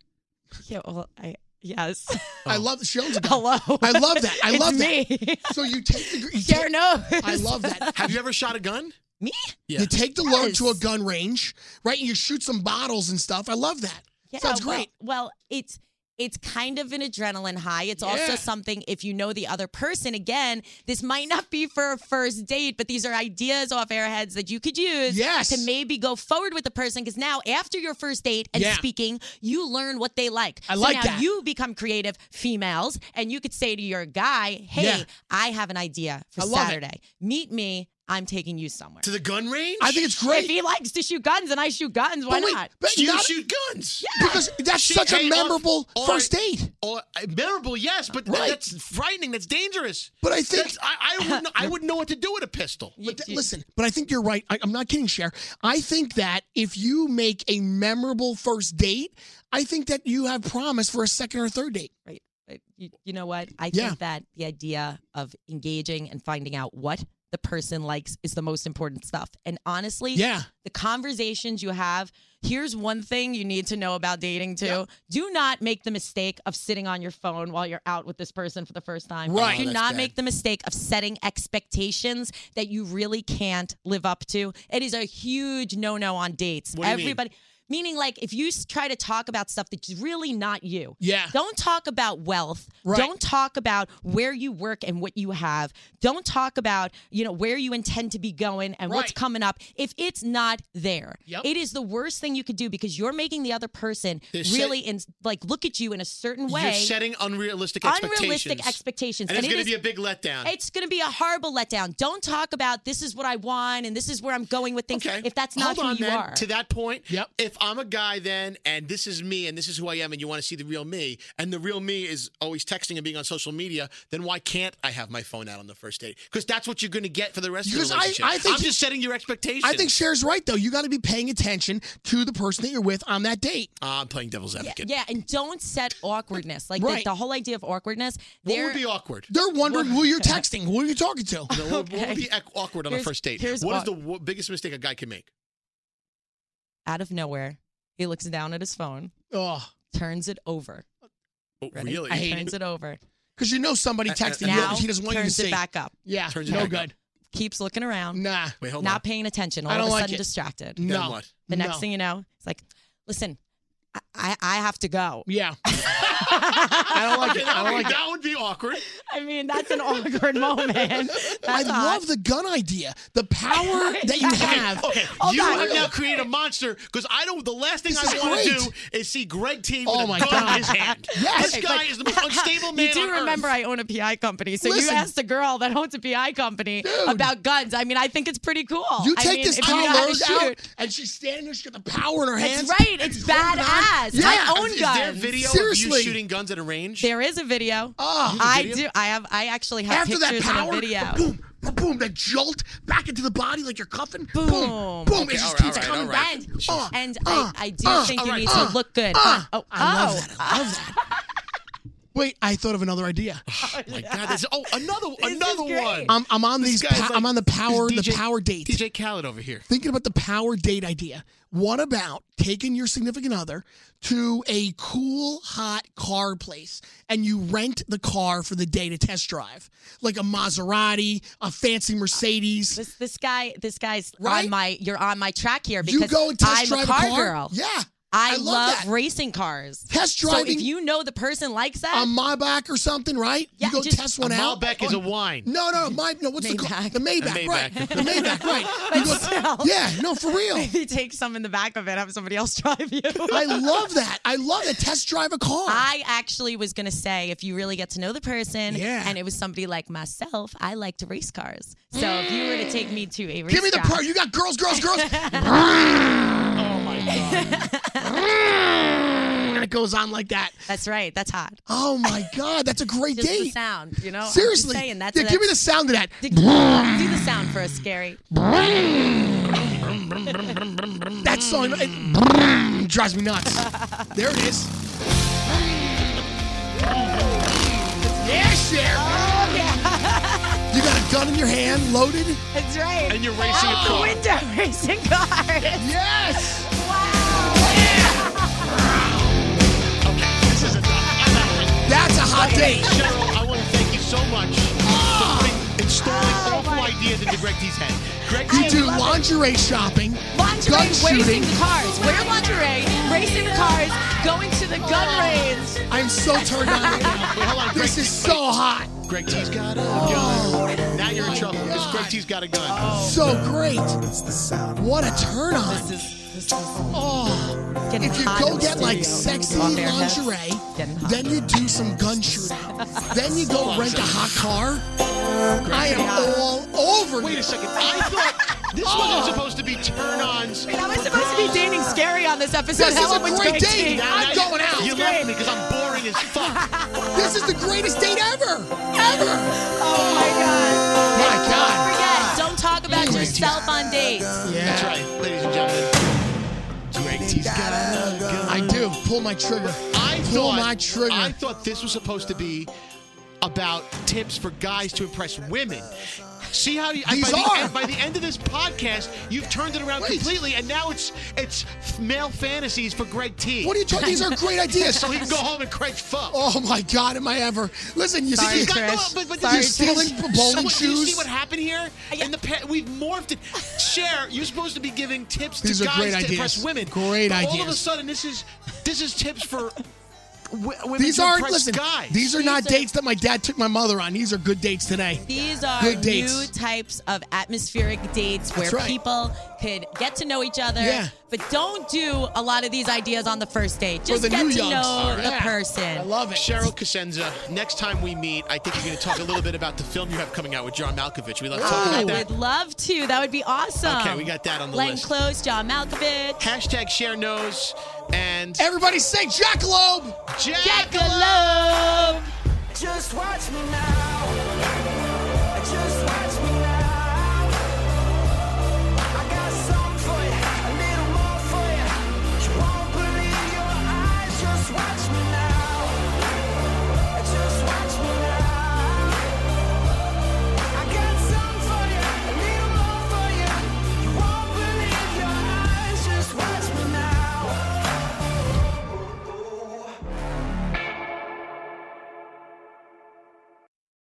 Speaker 9: yeah, well, I, yes.
Speaker 4: I love she owns a gun.
Speaker 9: Hello.
Speaker 4: I love that. I
Speaker 9: it's
Speaker 4: love that.
Speaker 9: me.
Speaker 4: So you take the you
Speaker 9: Share
Speaker 4: take-
Speaker 9: knows.
Speaker 4: I love that.
Speaker 3: Have you ever shot a gun?
Speaker 9: me.
Speaker 3: Yeah.
Speaker 4: You take the load
Speaker 9: Yes.
Speaker 4: to a gun range, right? And you shoot some bottles and stuff. I love that. Sounds
Speaker 9: well-
Speaker 4: great.
Speaker 9: Well, it's it's kind of an adrenaline high. It's
Speaker 4: Yeah.
Speaker 9: also something if you know the other person. Again, this might not be for a first date, but these are ideas off airheads that you could use
Speaker 4: Yes.
Speaker 9: to maybe go forward with the person. Because now, after your first date and
Speaker 4: Yeah.
Speaker 9: speaking, you learn what they like.
Speaker 4: I
Speaker 9: so
Speaker 4: like
Speaker 9: now
Speaker 4: that.
Speaker 9: You become creative, females, and you could say to your guy, "Hey,
Speaker 4: Yeah.
Speaker 9: I have an idea for
Speaker 4: I love it.
Speaker 9: Saturday. Meet me. I'm taking you somewhere."
Speaker 3: To the gun range?
Speaker 4: I think it's
Speaker 9: If
Speaker 4: great.
Speaker 9: he likes to shoot guns and I shoot guns, why
Speaker 4: but wait,
Speaker 9: not?
Speaker 4: but
Speaker 3: you
Speaker 4: not-
Speaker 3: shoot guns.
Speaker 4: because that's
Speaker 3: She-
Speaker 4: such a
Speaker 3: hey, off-
Speaker 4: memorable
Speaker 3: all
Speaker 4: first
Speaker 3: right.
Speaker 4: date.
Speaker 3: Or, uh, memorable, yes, but th-
Speaker 4: Right.
Speaker 3: that's frightening. That's dangerous.
Speaker 4: But I think
Speaker 3: That's, I, I, wouldn't, I wouldn't know what to do with a pistol.
Speaker 9: You-
Speaker 4: But that-
Speaker 9: you-
Speaker 4: listen, but I think you're right. I, I'm not kidding, Cher. I think that if you make a memorable first date, I think that you have promise for a second or third date.
Speaker 9: right But you, you know what i
Speaker 4: Yeah.
Speaker 9: think that the idea of engaging and finding out what the person likes is the most important stuff and honestly
Speaker 4: Yeah.
Speaker 9: the conversations you have here's one thing you need to know about dating too do not make the mistake of sitting on your phone while you're out with this person for the first time
Speaker 4: Right.
Speaker 9: do
Speaker 4: Oh, that's
Speaker 9: not
Speaker 4: bad.
Speaker 9: make the mistake of setting expectations that you really can't live up to it is a huge no-no on dates
Speaker 3: What do you mean?
Speaker 9: everybody meaning like if you s- try to talk about stuff that's really not you
Speaker 4: Yeah.
Speaker 9: don't talk about wealth.
Speaker 4: Right.
Speaker 9: Don't talk about where you work and what you have. Don't talk about, you know, where you intend to be going and what's
Speaker 4: Right.
Speaker 9: coming up. If it's not there,
Speaker 4: Yep.
Speaker 9: it is the worst thing you could do because you're making the other person
Speaker 3: They're set-
Speaker 9: really in like look at you in a certain way.
Speaker 3: You're setting unrealistic expectations.
Speaker 9: unrealistic expectations.
Speaker 3: And it's
Speaker 9: it
Speaker 3: going to be
Speaker 9: is-
Speaker 3: a big letdown.
Speaker 9: it's going to be a horrible letdown. Don't talk about this is what I want and this is where I'm going with things
Speaker 3: Okay.
Speaker 9: if that's
Speaker 3: Hold
Speaker 9: not who
Speaker 3: on
Speaker 9: you
Speaker 3: then,
Speaker 9: are.
Speaker 3: To that point,
Speaker 4: Yep.
Speaker 3: if I'm a guy then and this is me and this is who I am and you want to see the real me and the real me is always texting and being on social media, then why can't I have my phone out on the first date? Because that's what you're going to get for the rest
Speaker 4: Because
Speaker 3: of
Speaker 4: I-
Speaker 3: the relationship.
Speaker 4: I think-
Speaker 3: am just setting your expectations.
Speaker 4: I think Cher's right though. You got to be paying attention to the person that you're with on that date.
Speaker 3: Ah, I'm playing devil's advocate.
Speaker 9: yeah, and don't set awkwardness. Like the-
Speaker 4: Right.
Speaker 9: the, whole idea of awkwardness.
Speaker 3: What
Speaker 9: there-
Speaker 3: would be awkward?
Speaker 4: They're wondering who you're texting, who are you talking to.
Speaker 3: No, what- What would be ac- awkward on a
Speaker 9: Here's-
Speaker 3: first date? What is
Speaker 9: here's aw-
Speaker 3: the w- biggest mistake a guy can make?
Speaker 9: out of nowhere, he looks down at his phone,
Speaker 4: Oh,
Speaker 9: turns it over.
Speaker 3: Oh,
Speaker 9: Ready?
Speaker 3: Really?
Speaker 9: Turns it over.
Speaker 4: Because you know somebody
Speaker 9: Uh, uh,
Speaker 4: texted you
Speaker 9: now
Speaker 4: that he doesn't want you to
Speaker 9: turns it
Speaker 4: see.
Speaker 9: back up.
Speaker 4: Yeah,
Speaker 9: Turns it
Speaker 4: no
Speaker 9: back
Speaker 4: good.
Speaker 9: up. Keeps looking around.
Speaker 4: Nah.
Speaker 3: Wait, hold
Speaker 9: not
Speaker 3: on.
Speaker 9: paying attention. All
Speaker 4: I
Speaker 9: of
Speaker 4: don't
Speaker 9: a
Speaker 4: like
Speaker 9: sudden
Speaker 4: it.
Speaker 9: distracted.
Speaker 4: Then No. what?
Speaker 9: The next
Speaker 4: No.
Speaker 9: thing you know, it's like, listen, I, I, I have to go.
Speaker 4: Yeah. I don't like it. I don't like it.
Speaker 3: that would be awkward.
Speaker 9: I mean, that's an awkward moment.
Speaker 4: I
Speaker 9: That's
Speaker 4: love the gun idea. The power that you have.
Speaker 3: Okay,
Speaker 4: Hold
Speaker 3: you
Speaker 4: on.
Speaker 3: have now created a monster because I don't. The last thing
Speaker 4: This
Speaker 3: I
Speaker 4: is
Speaker 3: want to
Speaker 4: great.
Speaker 3: do is see Greg T with
Speaker 4: Oh
Speaker 3: a
Speaker 4: my
Speaker 3: gun
Speaker 4: God.
Speaker 3: in his hand.
Speaker 4: Yes.
Speaker 3: this guy is the most unstable man
Speaker 9: You do
Speaker 3: on
Speaker 9: remember
Speaker 3: earth.
Speaker 9: I own a PI company, so you
Speaker 4: Listen.
Speaker 9: asked a girl that owns a PI company about guns. I mean, I think it's pretty cool.
Speaker 4: You
Speaker 9: I
Speaker 4: take
Speaker 9: mean,
Speaker 4: this
Speaker 9: if you know
Speaker 4: Tom
Speaker 9: how to
Speaker 4: Lowers
Speaker 9: shoot-
Speaker 4: out, and she's standing there. She's got the power in her hands.
Speaker 9: That's right. It's badass.
Speaker 4: Yeah.
Speaker 9: I own
Speaker 3: Is
Speaker 9: guns.
Speaker 3: there video of
Speaker 4: Seriously.
Speaker 3: you shooting guns at a range?
Speaker 9: There is a video.
Speaker 4: Oh.
Speaker 3: You have a
Speaker 9: I
Speaker 3: video?
Speaker 9: do. I have. I actually have
Speaker 4: After that
Speaker 9: pictures and
Speaker 4: power,
Speaker 9: a video.
Speaker 4: boom, boom, that jolt back into the body like you're cuffing. Boom,
Speaker 9: Boom.
Speaker 4: boom,
Speaker 3: Okay,
Speaker 4: it just
Speaker 3: all right,
Speaker 4: keeps
Speaker 3: all right,
Speaker 4: coming
Speaker 3: all
Speaker 4: back.
Speaker 3: right.
Speaker 9: And,
Speaker 4: Uh,
Speaker 9: and
Speaker 4: uh,
Speaker 9: I, I do
Speaker 4: uh,
Speaker 9: think you
Speaker 3: all
Speaker 9: need
Speaker 3: right,
Speaker 9: to look good.
Speaker 4: uh,
Speaker 9: oh,
Speaker 4: I love
Speaker 9: oh.
Speaker 4: that. I love that. Wait, I thought of another idea.
Speaker 3: Oh my God! This, oh, another
Speaker 9: is
Speaker 3: another
Speaker 9: great.
Speaker 3: one.
Speaker 4: I'm, I'm on
Speaker 3: This
Speaker 4: these.
Speaker 3: guy's
Speaker 4: Pa-
Speaker 3: like-
Speaker 4: I'm on the power.
Speaker 3: this
Speaker 4: the
Speaker 3: DJ
Speaker 4: power date.
Speaker 3: DJ Khaled over here.
Speaker 4: thinking about the power date idea. What about taking your significant other to a cool, hot car place and you rent the car for the day to test drive? Like a Maserati, a fancy Mercedes.
Speaker 9: This this guy this guy's
Speaker 4: Right?
Speaker 9: on my you're on my track here because
Speaker 4: You go and test
Speaker 9: I'm
Speaker 4: drive
Speaker 9: a car,
Speaker 4: car?
Speaker 9: girl.
Speaker 4: Yeah.
Speaker 9: I,
Speaker 4: I
Speaker 9: love,
Speaker 4: love that.
Speaker 9: racing cars.
Speaker 4: Test
Speaker 9: So if
Speaker 4: driving- Um,
Speaker 9: you know the person likes that,
Speaker 4: A Maybach or something, right?
Speaker 9: Yeah,
Speaker 4: you go
Speaker 9: just-
Speaker 4: test
Speaker 3: A
Speaker 4: one out. Oh,
Speaker 3: Malbec is a wine.
Speaker 4: No, no, my, no. What's the car?
Speaker 9: Maybach.
Speaker 4: The Maybach,
Speaker 3: Maybach.
Speaker 4: right? The Maybach, right? You
Speaker 9: But still.
Speaker 4: yeah, no, for real.
Speaker 9: maybe take some in the back of it, have somebody else drive you.
Speaker 4: I love that. I love that. Test drive a car.
Speaker 9: I actually was gonna say if you really get to know the person,
Speaker 4: Yeah.
Speaker 9: and it was somebody like myself, I liked race cars. So if you were to take me to a race
Speaker 4: Give me the
Speaker 9: track-
Speaker 4: part. You got girls, girls, girls. oh my god. and it goes on like that.
Speaker 9: That's right. That's hot.
Speaker 4: Oh my god, that's a great
Speaker 9: Just the
Speaker 4: date.
Speaker 9: sound, you know. I'm just
Speaker 4: Seriously.
Speaker 9: saying that's
Speaker 4: yeah, give me the
Speaker 9: that's-
Speaker 4: sound of that.
Speaker 9: do the sound for us, Gary.
Speaker 4: That song
Speaker 9: Mm.
Speaker 4: it drives me nuts. there it is. Yeah, Cher.
Speaker 9: Oh,
Speaker 4: you got a gun in your hand, loaded.
Speaker 9: That's right.
Speaker 3: And you're racing a
Speaker 4: oh,
Speaker 9: Out
Speaker 3: car.
Speaker 9: the window racing cars.
Speaker 4: Yes.
Speaker 3: This is enough.
Speaker 4: That's a hot date.
Speaker 3: Gentlemen, I want to thank you so much
Speaker 4: Oh.
Speaker 3: for putting, installing awful ideas into Greg T's head. Greg T,
Speaker 4: You do lingerie shopping,
Speaker 9: Lingerie
Speaker 4: gun
Speaker 9: racing
Speaker 4: shooting.
Speaker 9: the cars. Wear lingerie, racing the cars, going to the gun range.
Speaker 4: I'm so turned on right now.
Speaker 3: Wait, hold on,
Speaker 4: This
Speaker 3: Greg,
Speaker 4: is so hot.
Speaker 3: Greg T's got a gun. Now you're in trouble because Greg T's got a gun.
Speaker 4: So great. What a turn
Speaker 9: This
Speaker 4: on.
Speaker 9: is this is
Speaker 4: Oh.
Speaker 9: getting
Speaker 4: If you
Speaker 9: hot in
Speaker 4: go
Speaker 9: the
Speaker 4: get like
Speaker 9: studio.
Speaker 4: sexy
Speaker 9: Off air heads.
Speaker 4: lingerie,
Speaker 9: Getting hot.
Speaker 4: then you do some gun shooting. Then you go rent a hot car. I am all over
Speaker 3: Wait a
Speaker 4: this.
Speaker 3: second. I thought this wasn't
Speaker 4: Oh.
Speaker 3: supposed to be turn-ons.
Speaker 9: I was supposed to be dating Scary on this episode.
Speaker 4: This is
Speaker 9: Helen
Speaker 4: a
Speaker 9: was
Speaker 4: great
Speaker 9: Greg
Speaker 4: date.
Speaker 9: T.
Speaker 4: I'm
Speaker 3: you-
Speaker 4: going out.
Speaker 3: You left me because I'm boring as fuck.
Speaker 4: This is the greatest date ever. Ever.
Speaker 9: Oh my God.
Speaker 4: My God.
Speaker 9: Forget. Don't talk about yourself on dates.
Speaker 3: That's
Speaker 4: Yeah.
Speaker 3: right, ladies and gentlemen. Greg T's got a gun.
Speaker 4: I do. Pull my trigger.
Speaker 3: I
Speaker 4: Pull
Speaker 3: thought,
Speaker 4: my trigger.
Speaker 3: I thought this was supposed to be about tips for guys to impress women. See how you,
Speaker 4: These
Speaker 3: by,
Speaker 4: are.
Speaker 3: The, end- by the end of this podcast, you've turned it around
Speaker 4: Wait.
Speaker 3: completely, and now it's it's male fantasies for Greg T.
Speaker 4: What are you talking? These are great ideas.
Speaker 3: so he can go home and Craig fuck.
Speaker 4: Oh my God, am I ever? Listen, you
Speaker 9: Sorry,
Speaker 4: see,
Speaker 9: Chris.
Speaker 3: but, but
Speaker 9: Sorry,
Speaker 4: you're
Speaker 3: this is
Speaker 4: stealing bowling
Speaker 3: so, You see
Speaker 4: shoes. Uh,
Speaker 3: what happened here? In the pa- we've morphed it. Cher, you're supposed to be giving tips
Speaker 4: These
Speaker 3: to
Speaker 4: are
Speaker 3: guys
Speaker 4: great
Speaker 3: to
Speaker 4: ideas.
Speaker 3: impress women.
Speaker 4: Great
Speaker 3: but All of a
Speaker 4: ideas.
Speaker 3: sudden, this is this is tips for w- women
Speaker 4: These
Speaker 3: to
Speaker 4: aren't
Speaker 3: impress
Speaker 4: listen.
Speaker 3: guys.
Speaker 4: These are not
Speaker 9: are-
Speaker 4: dates that my dad took my mother on. These are good dates today.
Speaker 9: These are
Speaker 4: Good
Speaker 9: new
Speaker 4: dates.
Speaker 9: types of atmospheric dates where
Speaker 4: That's right.
Speaker 9: people could get to know each other.
Speaker 4: Yeah.
Speaker 9: But don't do a lot of these ideas on the first date.
Speaker 4: For
Speaker 9: Just
Speaker 4: the
Speaker 9: get
Speaker 4: new
Speaker 9: to
Speaker 4: youngs.
Speaker 9: know the
Speaker 4: Yeah. I
Speaker 9: person.
Speaker 4: love it.
Speaker 3: Cheryl Cosenza, next time we meet, I think you're going to talk a little bit about the film you have coming out with John Malkovich. We love
Speaker 9: I
Speaker 4: Oh.
Speaker 3: talking about
Speaker 9: would
Speaker 3: that.
Speaker 9: love to. That would be awesome.
Speaker 3: Okay, we got that on the
Speaker 9: Len
Speaker 3: list.
Speaker 9: Close, John Malkovich,
Speaker 3: Hashtag Cher knows and
Speaker 4: Everybody say Jack Loeb.
Speaker 3: Jack
Speaker 9: Jack Loeb.
Speaker 1: Just watch me now.